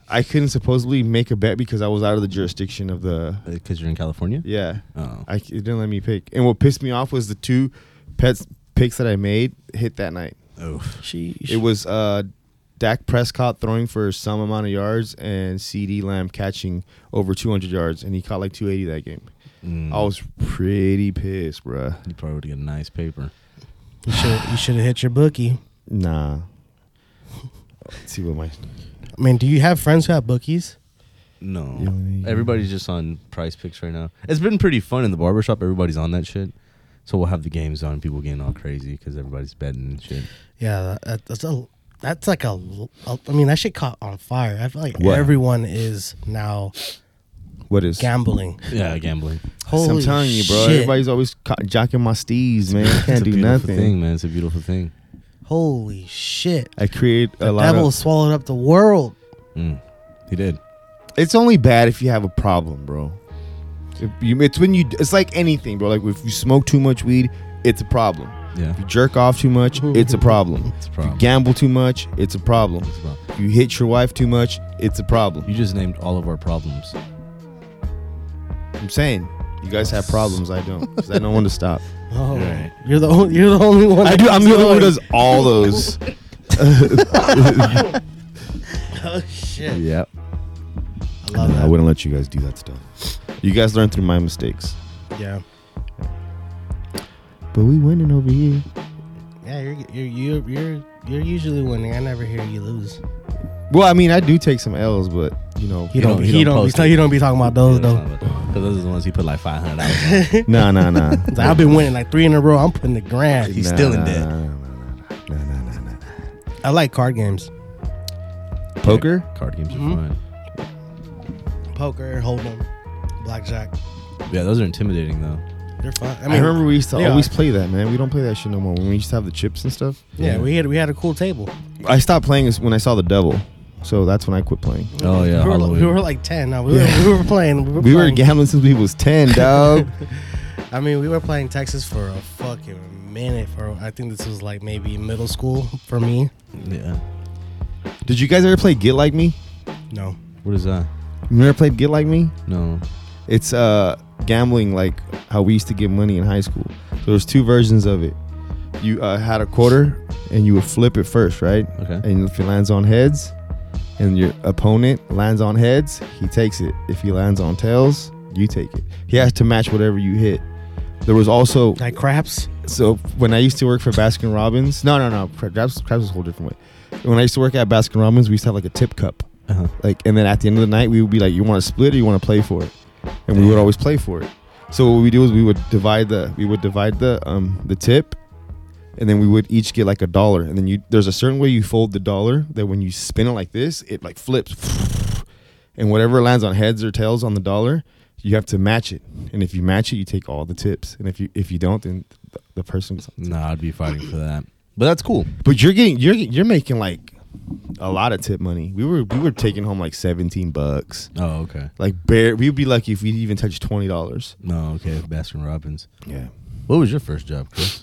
Speaker 2: I couldn't supposedly make a bet because I was out of the jurisdiction of the.
Speaker 4: Because you're in California?
Speaker 2: Yeah,
Speaker 4: Oh.
Speaker 2: I, it didn't let me pick. And what pissed me off was the two pets picks that I made hit that night.
Speaker 4: Oof.
Speaker 2: It was uh, Dak Prescott throwing for some amount of yards and CD Lamb catching over 200 yards, and he caught like 280 that game.
Speaker 4: Mm.
Speaker 2: I was pretty pissed, bruh.
Speaker 4: You probably would get a nice paper.
Speaker 3: You should you should have hit your bookie.
Speaker 2: Nah. Let's see what my.
Speaker 3: I mean, do you have friends who have bookies?
Speaker 4: No.
Speaker 2: Yeah, yeah.
Speaker 4: Everybody's just on price picks right now. It's been pretty fun in the barbershop. Everybody's on that shit. So we'll have the games on, people getting all crazy because everybody's betting and shit.
Speaker 3: Yeah, that, that's a that's like a. l- a- I mean, that shit caught on fire. I feel like
Speaker 2: What?
Speaker 3: everyone is now
Speaker 2: What is?
Speaker 3: gambling.
Speaker 4: Yeah, gambling.
Speaker 3: Holy
Speaker 2: I'm telling you, bro.
Speaker 3: Shit.
Speaker 2: Everybody's always ca- jocking my steez, man. I
Speaker 4: It's
Speaker 2: can't
Speaker 4: a
Speaker 2: do
Speaker 4: beautiful
Speaker 2: nothing.
Speaker 4: thing, man. It's a beautiful thing.
Speaker 3: Holy shit!
Speaker 2: I create a
Speaker 3: The
Speaker 2: lot
Speaker 3: devil
Speaker 2: of.
Speaker 3: swallowed up the world.
Speaker 4: Mm. He did.
Speaker 2: It's only bad if you have a problem, bro. If you, it's when you. It's like anything, bro. Like if you smoke too much weed, it's a problem.
Speaker 4: Yeah.
Speaker 2: If you jerk off too much, it's a problem.
Speaker 4: It's a
Speaker 2: If you
Speaker 4: problem.
Speaker 2: gamble too much, it's a problem.
Speaker 4: It's a problem.
Speaker 2: If you hit your wife too much, it's a problem.
Speaker 4: You just named all of our problems.
Speaker 2: I'm saying, you guys have problems. I don't. 'cause I don't want to stop.
Speaker 3: Oh,
Speaker 4: Right.
Speaker 3: you're the only, you're the only one.
Speaker 2: I
Speaker 3: that
Speaker 2: do. I'm the
Speaker 3: keeps
Speaker 2: only one who
Speaker 3: going.
Speaker 2: does all those.
Speaker 3: Oh shit!
Speaker 4: Yep.
Speaker 3: I love
Speaker 2: I
Speaker 3: that.
Speaker 2: wouldn't let you guys do that stuff. You guys learn through my mistakes.
Speaker 3: Yeah,
Speaker 2: But we winning over here.
Speaker 3: yeah. You're you're you're you're, you're usually winning. I never hear you lose.
Speaker 2: Well, I mean, I do take some L's, but you know,
Speaker 3: He
Speaker 4: don't-
Speaker 3: don't.
Speaker 4: he
Speaker 3: He
Speaker 4: don't
Speaker 3: don't.
Speaker 4: post
Speaker 3: Be,
Speaker 4: it.
Speaker 3: he don't be talking about those though.
Speaker 4: Because those are the ones he put like five hundred dollars.
Speaker 2: nah, nah, nah.
Speaker 3: It's like, I've been winning like three in a row. I'm putting the grand.
Speaker 4: He's still in debt.
Speaker 2: Nah, nah, nah, nah, nah, nah, nah.
Speaker 3: I like card games,
Speaker 2: Poker?
Speaker 4: Card games
Speaker 3: Mhm.
Speaker 4: are fun.
Speaker 3: poker, hold'em, blackjack.
Speaker 4: Yeah, those are intimidating though.
Speaker 3: They're fun. I
Speaker 2: I,
Speaker 3: mean,
Speaker 2: remember we used to
Speaker 3: yeah.
Speaker 2: always play that, man. We don't play that shit no more. When we used to have the chips and stuff.
Speaker 3: yeah, we had we had a cool table.
Speaker 2: I stopped playing is when I saw the devil. So that's when I quit playing.
Speaker 4: Oh yeah,
Speaker 3: we were, like,
Speaker 4: Halloween.
Speaker 3: we were like ten. No, we, were, we were playing. We were,
Speaker 2: We were
Speaker 3: playing-
Speaker 2: gambling since we was ten, dog.
Speaker 3: I mean, we were playing Texas for a fucking minute. For I think this was like maybe middle school for me.
Speaker 4: yeah.
Speaker 2: Did you guys ever play Get Like Me?
Speaker 3: No,
Speaker 4: What is that?
Speaker 2: You never played Get Like Me?
Speaker 4: No.
Speaker 2: It's uh gambling like how we used to get money in high school. So there's two versions of it. You uh, had a quarter and you would flip it first, right?
Speaker 4: Okay.
Speaker 2: And if it lands on heads, and your opponent lands on heads, he takes it. If he lands on tails, you take it. He has to match whatever you hit. There was also
Speaker 3: like craps.
Speaker 2: so when I used to work for Baskin Robbins, no, no, no, Crabs, Crabs was a whole different way. When I used to work at Baskin Robbins, we used to have like a tip cup,
Speaker 4: Uh-huh.
Speaker 2: like, and then at the end of the night, we would be like, "You want to split or you want to play for it?" And we would always play for it. So what we do is we would divide the we would divide the um the tip, and then we would each get like a dollar. And then you there's a certain way you fold the dollar that when you spin it like this, it like flips, and whatever lands on heads or tails on the dollar, you have to match it. And if you match it, you take all the tips. And if you if you don't, then the, the person gets
Speaker 4: Nah, I'd be fighting for that. But that's cool.
Speaker 2: but you're getting you're you're making like a lot of tip money. We were we were taking home like seventeen bucks.
Speaker 4: Oh, okay.
Speaker 2: Like bare, we'd be lucky if we even touched twenty dollars.
Speaker 4: No, okay. Baskin Robbins.
Speaker 2: Yeah.
Speaker 4: What was your first job, Chris?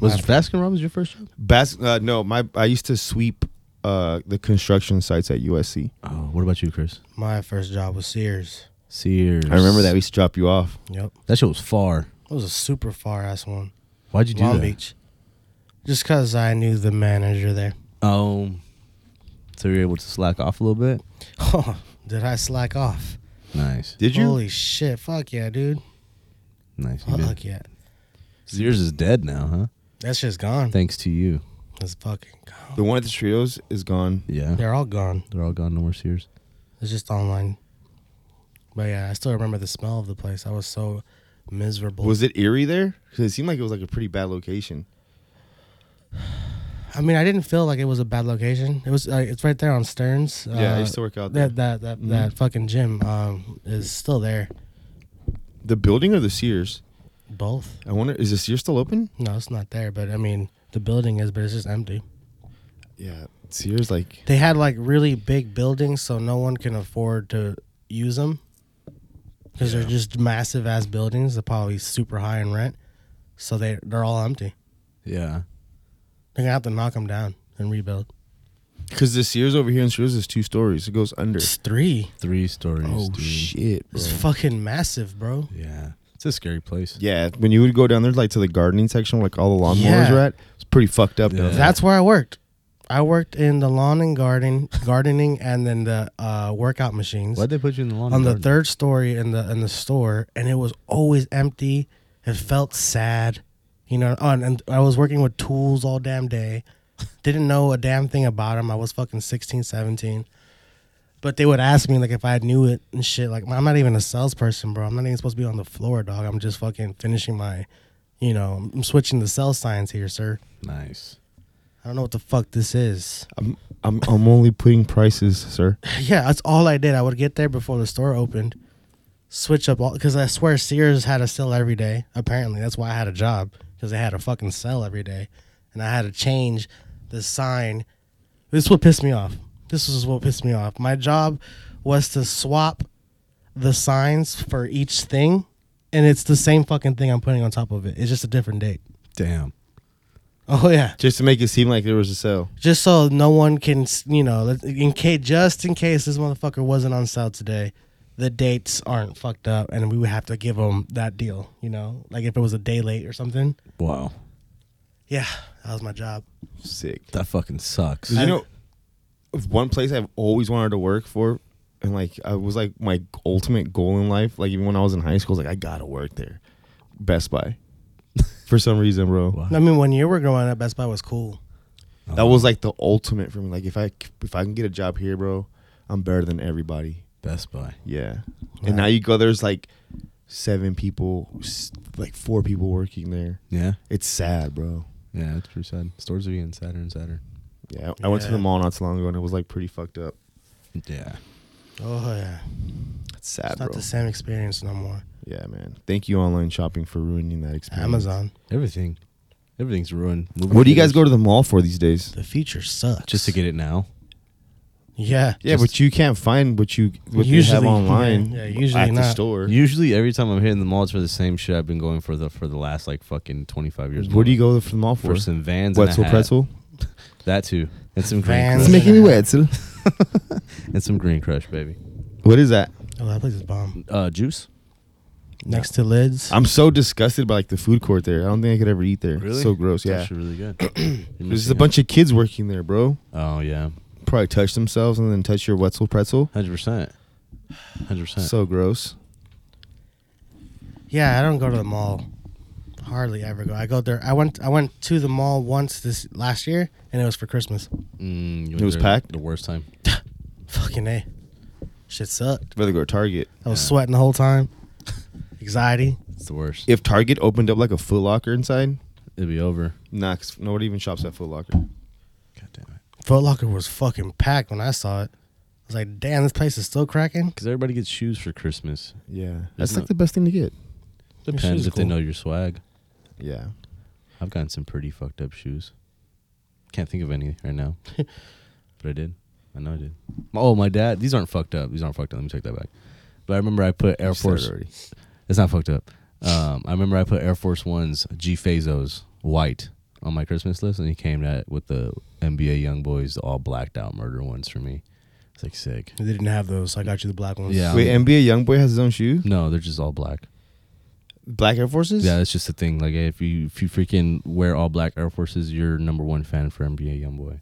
Speaker 4: Was Baskin Robbins your first job?
Speaker 2: Bas- uh, no, my I used to sweep uh, the construction sites at USC.
Speaker 4: Oh, what about you, Chris?
Speaker 3: My first job was Sears.
Speaker 4: Sears.
Speaker 2: I remember that we used to drop you off.
Speaker 3: Yep.
Speaker 4: That shit was far.
Speaker 3: It was a super far ass one.
Speaker 4: Why'd you do
Speaker 3: Long
Speaker 4: that?
Speaker 3: Beach. Just because I knew the manager there.
Speaker 4: Um, so you're able to slack off a little bit.
Speaker 3: did I slack off?
Speaker 4: Nice,
Speaker 2: Did you?
Speaker 3: Holy shit. Fuck yeah, dude.
Speaker 4: nice. You did.
Speaker 3: Fuck yeah.
Speaker 4: Sears is dead now, huh?
Speaker 3: That shit's gone.
Speaker 4: Thanks to you.
Speaker 3: It's fucking gone.
Speaker 2: the one at the trios is gone.
Speaker 4: Yeah,
Speaker 3: They're all gone.
Speaker 4: they're all gone. No more Sears.
Speaker 3: It's just online. But yeah, I still remember the smell of the place. I was so miserable.
Speaker 2: Was it eerie there? Because it seemed like it was like a pretty bad location.
Speaker 3: I mean, I didn't feel like it was a bad location. It was. Uh, it's right there on Stearns. Uh,
Speaker 2: yeah, I used to work out there. Mm-hmm.
Speaker 3: that that that, that fucking gym um, is still there.
Speaker 2: the building or the Sears?
Speaker 3: Both.
Speaker 2: I wonder, is the Sears still open?
Speaker 3: No, it's not there. But I mean, the building is, but it's just empty.
Speaker 2: Yeah, Sears like
Speaker 3: They had like really big buildings, so no one can afford to use them because they're just massive ass buildings. They're probably super high in rent, so they they're all empty.
Speaker 4: Yeah,
Speaker 3: They're gonna have to knock them down and rebuild.
Speaker 2: because the Sears over here in Sears is two stories. It goes under.
Speaker 3: It's three.
Speaker 4: three stories.
Speaker 2: Oh
Speaker 4: dude.
Speaker 2: shit, bro.
Speaker 3: It's fucking massive, bro.
Speaker 4: Yeah, it's a scary place.
Speaker 2: Yeah, when you would go down there like to the gardening section, like all the lawnmowers
Speaker 3: Yeah.
Speaker 2: were at, it's pretty fucked up.
Speaker 4: Yeah.
Speaker 2: down there.
Speaker 3: That's where I worked. I worked in the lawn and garden, gardening, and then the uh, workout machines
Speaker 4: Why'd they put you in the lawn?
Speaker 3: on the
Speaker 4: garden?
Speaker 3: third story in the in the store, and it was always empty. It felt sad, you know. Oh, and, and I was working with tools all damn day. Didn't know a damn thing about them. I was fucking 16, 17. But they would ask me like if I knew it and shit. Like I'm not even a salesperson, bro. I'm not even supposed to be on the floor, dog. I'm just fucking finishing my, you know, I'm switching the sales signs here, sir.
Speaker 4: Nice.
Speaker 3: I don't know what the fuck this is.
Speaker 2: I'm, I'm I'm only putting prices, sir.
Speaker 3: yeah, that's all I did. I would get there before the store opened, switch up all because I swear Sears had a sale every day. Apparently, that's why I had a job because they had a fucking sale every day, and I had to change the sign. This is what pissed me off. This is what pissed me off. My job was to swap the signs for each thing, and it's the same fucking thing I'm putting on top of it. It's just a different date.
Speaker 4: Damn.
Speaker 3: Oh yeah.
Speaker 2: Just to make it seem like there was a sale.
Speaker 3: just so no one can you know let- in case just in case this motherfucker wasn't on sale today the dates aren't fucked up and we would have to give them that deal you know like if it was a day late or something
Speaker 4: Wow.
Speaker 3: yeah that was my job
Speaker 2: Sick.
Speaker 4: That fucking sucks.
Speaker 2: 'Cause you know, one place I've always wanted to work for, and like I was like my ultimate goal in life, like even when I was in high school, I was like I gotta work there, Best Buy, for some reason, bro.
Speaker 4: Wow.
Speaker 3: i mean when you were growing up best buy was cool
Speaker 2: That was like the ultimate for me. Like if I if I can get a job here, bro, I'm better than everybody.
Speaker 4: Best Buy.
Speaker 2: Yeah. And now you go there's like seven people, s- like four people working there.
Speaker 4: Yeah.
Speaker 2: It's sad, bro.
Speaker 4: Yeah, it's pretty sad. Stores are getting sadder and sadder.
Speaker 2: Yeah, I went to
Speaker 3: Yeah.
Speaker 2: the mall not so long ago and it was like pretty fucked up.
Speaker 4: Yeah.
Speaker 3: oh yeah
Speaker 2: It's sad,
Speaker 3: it's not
Speaker 2: bro.
Speaker 3: the same experience no more
Speaker 2: Yeah, man. Thank you online shopping for ruining that experience.
Speaker 3: amazon
Speaker 4: Everything. Everything's ruined. Movie
Speaker 2: What do you guys go
Speaker 4: theaters.
Speaker 2: to the mall for these days?
Speaker 3: the future sucks
Speaker 4: just to get it now?
Speaker 3: yeah
Speaker 2: Yeah, but you can't find what you what
Speaker 3: Usually,
Speaker 2: you have online.
Speaker 3: yeah, usually
Speaker 2: at the
Speaker 3: not.
Speaker 2: store.
Speaker 4: Usually, every time I'm hitting the mall, it's for the same shit I've been going for the for the last like fucking 25 years.
Speaker 2: what do you go to the mall for?
Speaker 4: for? Some Vans. and a
Speaker 2: Wetzel
Speaker 4: hat.
Speaker 2: pretzel.
Speaker 4: That too, and some green
Speaker 3: Vans.
Speaker 4: crush.
Speaker 3: It's making me
Speaker 2: Wetzel.
Speaker 4: and some green crush, baby.
Speaker 2: What is that?
Speaker 3: oh that place is bomb
Speaker 4: Uh, juice.
Speaker 3: next to lids
Speaker 2: I'm so disgusted by like the food court there. I don't think I could ever eat there. It's so gross.
Speaker 4: It's
Speaker 2: Yeah,
Speaker 4: actually really good. You're
Speaker 2: there's
Speaker 4: missing
Speaker 2: a
Speaker 4: out.
Speaker 2: bunch of kids working there, bro.
Speaker 4: Oh yeah,
Speaker 2: Probably touch themselves and then touch your Wetzel pretzel.
Speaker 4: hundred percent, hundred percent.
Speaker 2: So gross.
Speaker 3: Yeah, I don't go to the mall. Hardly ever go. I go there. I went. I went to the mall once this last year, and it was for Christmas.
Speaker 4: Mm, you
Speaker 2: It
Speaker 4: went
Speaker 2: was
Speaker 4: there
Speaker 2: packed?
Speaker 4: The worst time.
Speaker 3: Fucking a, shit sucked.
Speaker 2: Rather go to Target.
Speaker 3: I was sweating the whole time. Anxiety.
Speaker 4: It's the worst.
Speaker 2: If Target opened up like a Foot Locker inside,
Speaker 4: It'd be over.
Speaker 2: nah, 'cause nobody even shops at Foot Locker.
Speaker 4: God damn it.
Speaker 3: Foot Locker was fucking packed when I saw it. I was like, damn, this place is still cracking.
Speaker 4: Because everybody gets shoes for Christmas.
Speaker 2: Yeah, that's
Speaker 4: Isn't
Speaker 2: like
Speaker 4: it-
Speaker 2: the best thing to get.
Speaker 4: Depends
Speaker 3: shoes
Speaker 4: if they
Speaker 3: cool.
Speaker 4: know your swag.
Speaker 2: Yeah,
Speaker 4: I've gotten some pretty fucked up shoes. Can't think of any right now, but I did. I know I did. Oh, my dad. These aren't fucked up. These aren't fucked up. Let me take that back. But I remember I put Air
Speaker 2: You said it
Speaker 4: Force.
Speaker 2: already.
Speaker 4: It's not fucked up. Um, I remember I put Air Force Ones G Fazos white on my Christmas list, and he came at with the NBA Young Boys, the all blacked out murder ones for me. It's like sick.
Speaker 3: They didn't have those. So I got you the black ones.
Speaker 4: Yeah.
Speaker 2: Wait, NBA YoungBoy has his own shoe.
Speaker 4: No, they're just all black.
Speaker 2: Black Air Forces.
Speaker 4: Yeah, that's just the thing. Like if you if you freaking wear all black Air Forces, you're number one fan for NBA YoungBoy.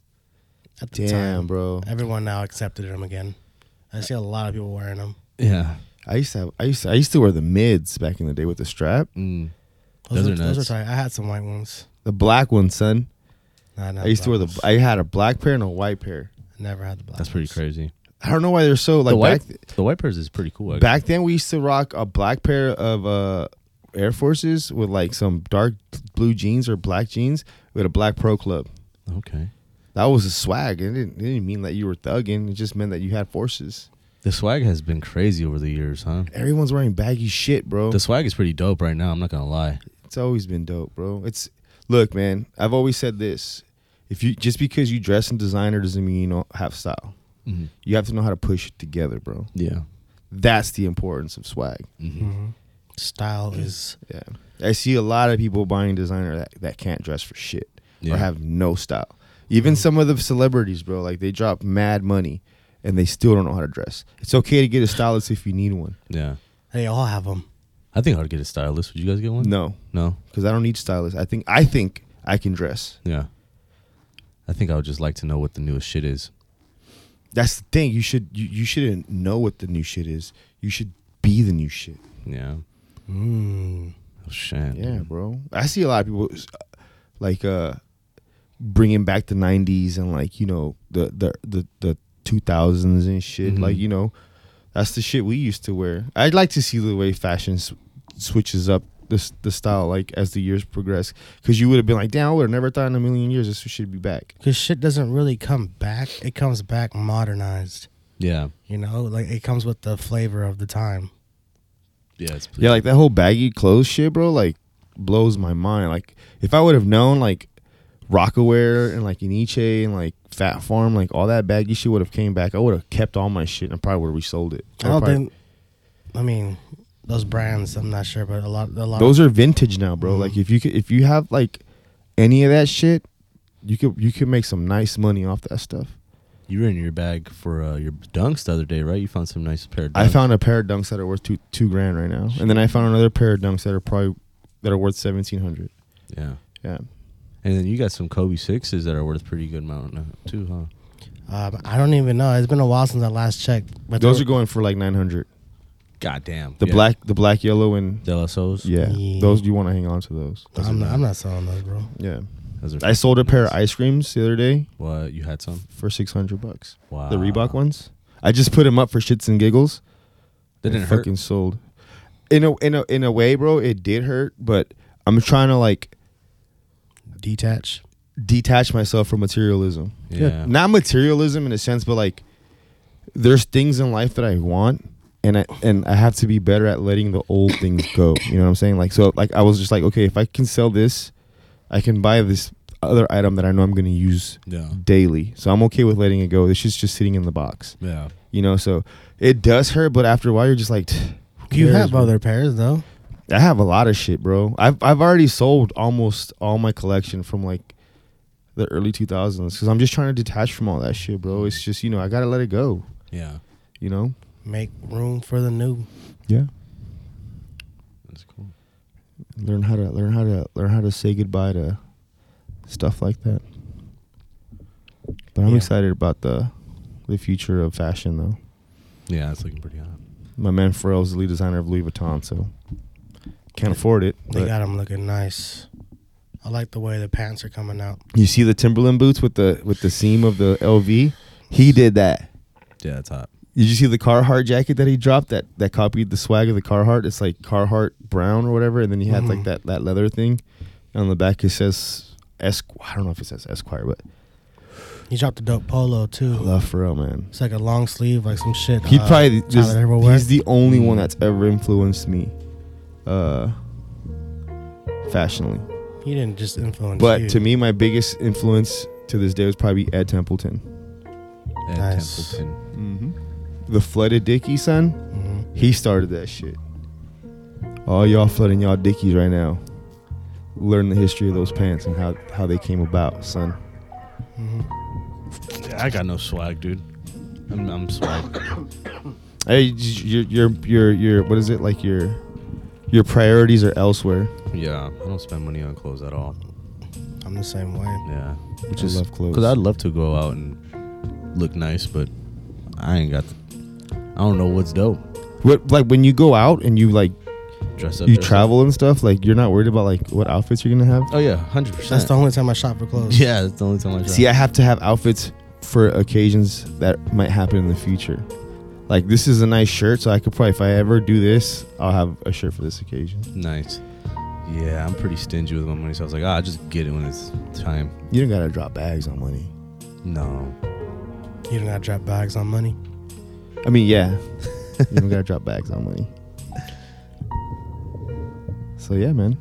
Speaker 3: At the
Speaker 2: Damn,
Speaker 3: time,
Speaker 2: bro.
Speaker 3: everyone now accepted them again. I see a lot of people wearing them.
Speaker 4: Yeah.
Speaker 2: I used to have. I used to. I used to wear the mids back in the day with the strap.
Speaker 4: Mm.
Speaker 3: Those,
Speaker 4: Those
Speaker 3: are,
Speaker 4: are
Speaker 3: those
Speaker 4: nuts.
Speaker 3: are tight. I had some white ones.
Speaker 2: The black one, son.
Speaker 3: Nah, not
Speaker 2: I used to wear
Speaker 3: black
Speaker 2: the.
Speaker 3: ones.
Speaker 2: I had a black pair and a white pair.
Speaker 3: I never had the black.
Speaker 4: That's pretty
Speaker 3: ones.
Speaker 4: crazy.
Speaker 2: I don't know why they're so like
Speaker 4: the white
Speaker 2: back.
Speaker 4: the white pairs is pretty cool. Actually.
Speaker 2: back then we used to rock a black pair of uh Air Forces with like some dark blue jeans or black jeans with a black pro club.
Speaker 4: Okay.
Speaker 2: That was a swag. It didn't, it didn't mean that you were thugging. It just meant that you had forces.
Speaker 4: The swag has been crazy over the years, huh?
Speaker 2: Everyone's wearing baggy shit, bro.
Speaker 4: The swag is pretty dope right now. I'm not gonna lie.
Speaker 2: It's always been dope, bro. It's look, man. I've always said this: if you just because you dress in designer doesn't mean you don't have style.
Speaker 4: Mhm.
Speaker 2: You have to know how to push it together, bro.
Speaker 4: Yeah.
Speaker 2: That's the importance of swag.
Speaker 4: hmm
Speaker 3: Style is
Speaker 2: Yeah, I see a lot of people buying designer that, that can't dress for shit
Speaker 4: Yeah.
Speaker 2: or have no style. Even some of the celebrities, bro, like they drop mad money and they still don't know how to dress. It's okay to get a stylist if you need one.
Speaker 4: Yeah.
Speaker 3: they all have them.
Speaker 4: I think I would get a stylist. Would you guys get one?
Speaker 2: No,
Speaker 4: No.
Speaker 2: because I don't need stylists. I think I think I can dress.
Speaker 4: Yeah. I think I would just like to know what the newest shit is.
Speaker 2: That's the thing. You should you, you shouldn't know what the new shit is. You should be the new shit.
Speaker 4: Yeah.
Speaker 3: Mm.
Speaker 4: Oh shit.
Speaker 2: Yeah, bro. I see a lot of people uh, like uh bringing back the 90s and like, you know, the the the, the 2000s and shit.
Speaker 4: Mhm.
Speaker 2: Like, you know, that's the shit we used to wear. I'd like to see the way fashion sw- switches up the s- the style like as the years progress cuz you would have been like, "Damn, I would have never thought in a million years this should be back."
Speaker 3: Cause shit doesn't really come back. It comes back modernized.
Speaker 4: Yeah.
Speaker 3: You know, like it comes with the flavor of the time.
Speaker 4: Yeah. It's
Speaker 2: Yeah, like that whole baggy clothes shit, bro, like blows my mind. Like if I would have known like Rockaware and like Iniche and like Fat Farm, like all that baggy shit would have came back. I would have kept all my shit and probably would have resold it.
Speaker 3: I don't
Speaker 2: probably-
Speaker 3: think. I mean, those brands. I'm not sure, but a lot, a lot.
Speaker 2: those are vintage now, bro.
Speaker 3: Mhm.
Speaker 2: Like if you could if you have like any of that shit, you could you could make some nice money off that stuff.
Speaker 4: You were in your bag for uh, your dunks the other day, right? You found some nice pair of dunks.
Speaker 2: I found a pair of dunks that are worth two two grand right now. And then I found another pair of dunks that are probably that are worth seventeen hundred.
Speaker 4: Yeah.
Speaker 2: Yeah.
Speaker 4: And then you got some Kobe sixes that are worth a pretty good amount now too, huh?
Speaker 3: Um, I don't even know. It's been a while since I last checked. But
Speaker 2: Those
Speaker 3: they
Speaker 2: are going for like nine hundred.
Speaker 4: God damn.
Speaker 2: The black the black, yellow and
Speaker 4: DLSOs.
Speaker 2: Yeah.
Speaker 3: Yeah.
Speaker 2: Those you want to hang on to those.
Speaker 3: were- I'm not, I'm not selling those, bro.
Speaker 2: Yeah.
Speaker 4: Those are
Speaker 2: I sold a pair of ice creams the other day
Speaker 4: What you had some?
Speaker 2: for 600 bucks.
Speaker 4: Wow.
Speaker 2: The Reebok ones. I just put them up for shits and giggles.
Speaker 4: That
Speaker 2: They
Speaker 4: didn't hurt.
Speaker 2: fucking sold. In a in a in a way, bro, it did hurt, but I'm trying to like
Speaker 3: Detach.
Speaker 2: detach myself from materialism.
Speaker 4: Yeah.
Speaker 2: Not materialism in a sense, but like there's things in life that I want and I and I have to be better at letting the old things go. You know what I'm saying? Like so like I was just like, okay, if I can sell this, I can buy this other item that I know I'm gonna use
Speaker 4: Yeah.
Speaker 2: daily. So I'm okay with letting it go. This shit's just sitting in the box.
Speaker 4: Yeah.
Speaker 2: You know, so it does hurt, but after a while you're just like who
Speaker 3: You
Speaker 2: cares,
Speaker 3: have
Speaker 2: bro?
Speaker 3: other pairs though.
Speaker 2: I have a lot of shit, bro. I've I've already sold almost all my collection from like the early 2000s because I'm just trying to detach from all that shit, bro. It's just you know I gotta let it go.
Speaker 4: Yeah.
Speaker 2: You know.
Speaker 3: Make room for the new.
Speaker 2: Yeah.
Speaker 4: That's cool.
Speaker 2: Learn how to learn how to learn how to say goodbye to stuff like that. But I'm
Speaker 3: Yeah.
Speaker 2: excited about the the future of fashion, though.
Speaker 4: Yeah, it's looking pretty hot.
Speaker 2: My man Pharrell's the lead designer of Louis Vuitton, so can't afford it.
Speaker 3: They
Speaker 2: but-
Speaker 3: got them looking nice. I like the way the pants are coming out.
Speaker 2: You see the Timberland boots with the with the seam of the LV? He did that.
Speaker 4: Yeah, it's hot.
Speaker 2: Did you see the Carhartt jacket that he dropped that that copied the swag of the Carhartt? It's like Carhartt brown or whatever, and then he had like
Speaker 3: Mhm.
Speaker 2: that that leather thing. And on the back it says Esquire. I don't know if it says Esquire, but
Speaker 3: He dropped a dope polo too.
Speaker 2: I love Pharrell, man.
Speaker 3: It's like a long sleeve, like some shit.
Speaker 2: He
Speaker 3: uh,
Speaker 2: probably just
Speaker 3: Tyler Mm. Everywhere.
Speaker 2: he's the only one that's ever influenced me, uh, fashionally.
Speaker 3: he didn't just influence
Speaker 2: But
Speaker 3: you.
Speaker 2: to me, my biggest influence to this day was probably Ed Templeton.
Speaker 4: Ed
Speaker 3: Nice.
Speaker 4: Templeton.
Speaker 2: Mm-hmm. The flooded dicky, son.
Speaker 3: Mhm.
Speaker 2: He started that shit. All y'all flooding y'all dickies right now. learn the history of those pants and how how they came about, son.
Speaker 4: I got no swag, dude. I'm, I'm swag.
Speaker 2: Hey, your your your your what is it like your your priorities are elsewhere.
Speaker 4: yeah, I don't spend money on clothes at all.
Speaker 3: I'm the same way.
Speaker 4: Yeah, which
Speaker 2: I love clothes.
Speaker 4: Because I'd love to go out and look nice, but I ain't got. The, I don't know what's dope.
Speaker 2: What like when you go out and you like
Speaker 4: Dress up.
Speaker 2: you
Speaker 4: dress up.
Speaker 2: travel and stuff, like you're not worried about like what outfits you're gonna have.
Speaker 4: Oh yeah, hundred percent.
Speaker 3: That's the only time I shop for clothes.
Speaker 4: Yeah, that's the only time I travel.
Speaker 2: See, I have to have outfits for occasions that might happen in the future. Like this is a nice shirt, so I could probably if I ever do this, I'll have a shirt for this occasion.
Speaker 4: Nice. Yeah, I'm pretty stingy with my money, so I was like, ah, I'll just get it when it's time.
Speaker 2: You don't gotta drop bags on money.
Speaker 4: No.
Speaker 3: You don't gotta drop bags on money.
Speaker 2: I mean, yeah, you don't gotta drop bags on money. So yeah, man.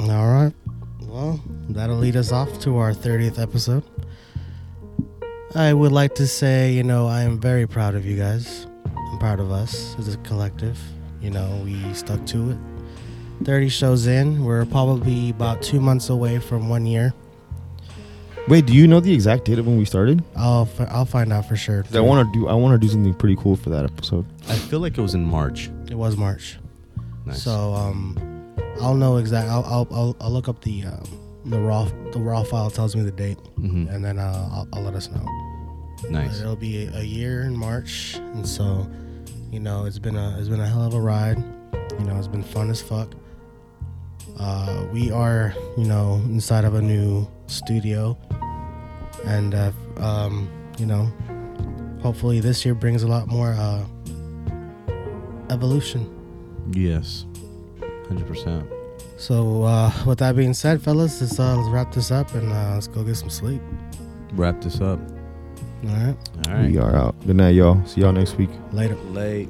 Speaker 3: All right. Well, that'll lead us off to our 30th episode. I would like to say, you know, I am very proud of you guys. I'm proud of us as a collective. You know, we stuck to it. 30 shows in. We're probably about two months away from one year.
Speaker 2: Wait, do you know the exact date of when we started?
Speaker 3: I'll, f- I'll find out for sure.
Speaker 2: 'Cause I want to do I want to do something pretty cool for that episode.
Speaker 4: I feel like it was in March.
Speaker 3: It was March.
Speaker 4: Nice.
Speaker 3: So um, I'll know exact. I'll, I'll, I'll, I'll look up the um, the raw the raw file tells me the date,
Speaker 4: Mhm.
Speaker 3: and then uh, I'll, I'll let us know.
Speaker 4: nice.
Speaker 3: It'll be a year in March, and so you know it's been a it's been a hell of a ride. You know it's been fun as fuck. Uh, we are you know inside of a new studio, and uh, um, you know hopefully this year brings a lot more uh, evolution.
Speaker 4: Yes. 100%.
Speaker 3: So, uh, with that being said, fellas, let's, uh, let's wrap this up and uh, let's go get some sleep.
Speaker 4: Wrap this up.
Speaker 3: All right,
Speaker 4: All right.
Speaker 2: We are out. Good night, y'all. See y'all next week.
Speaker 3: later.
Speaker 1: Late.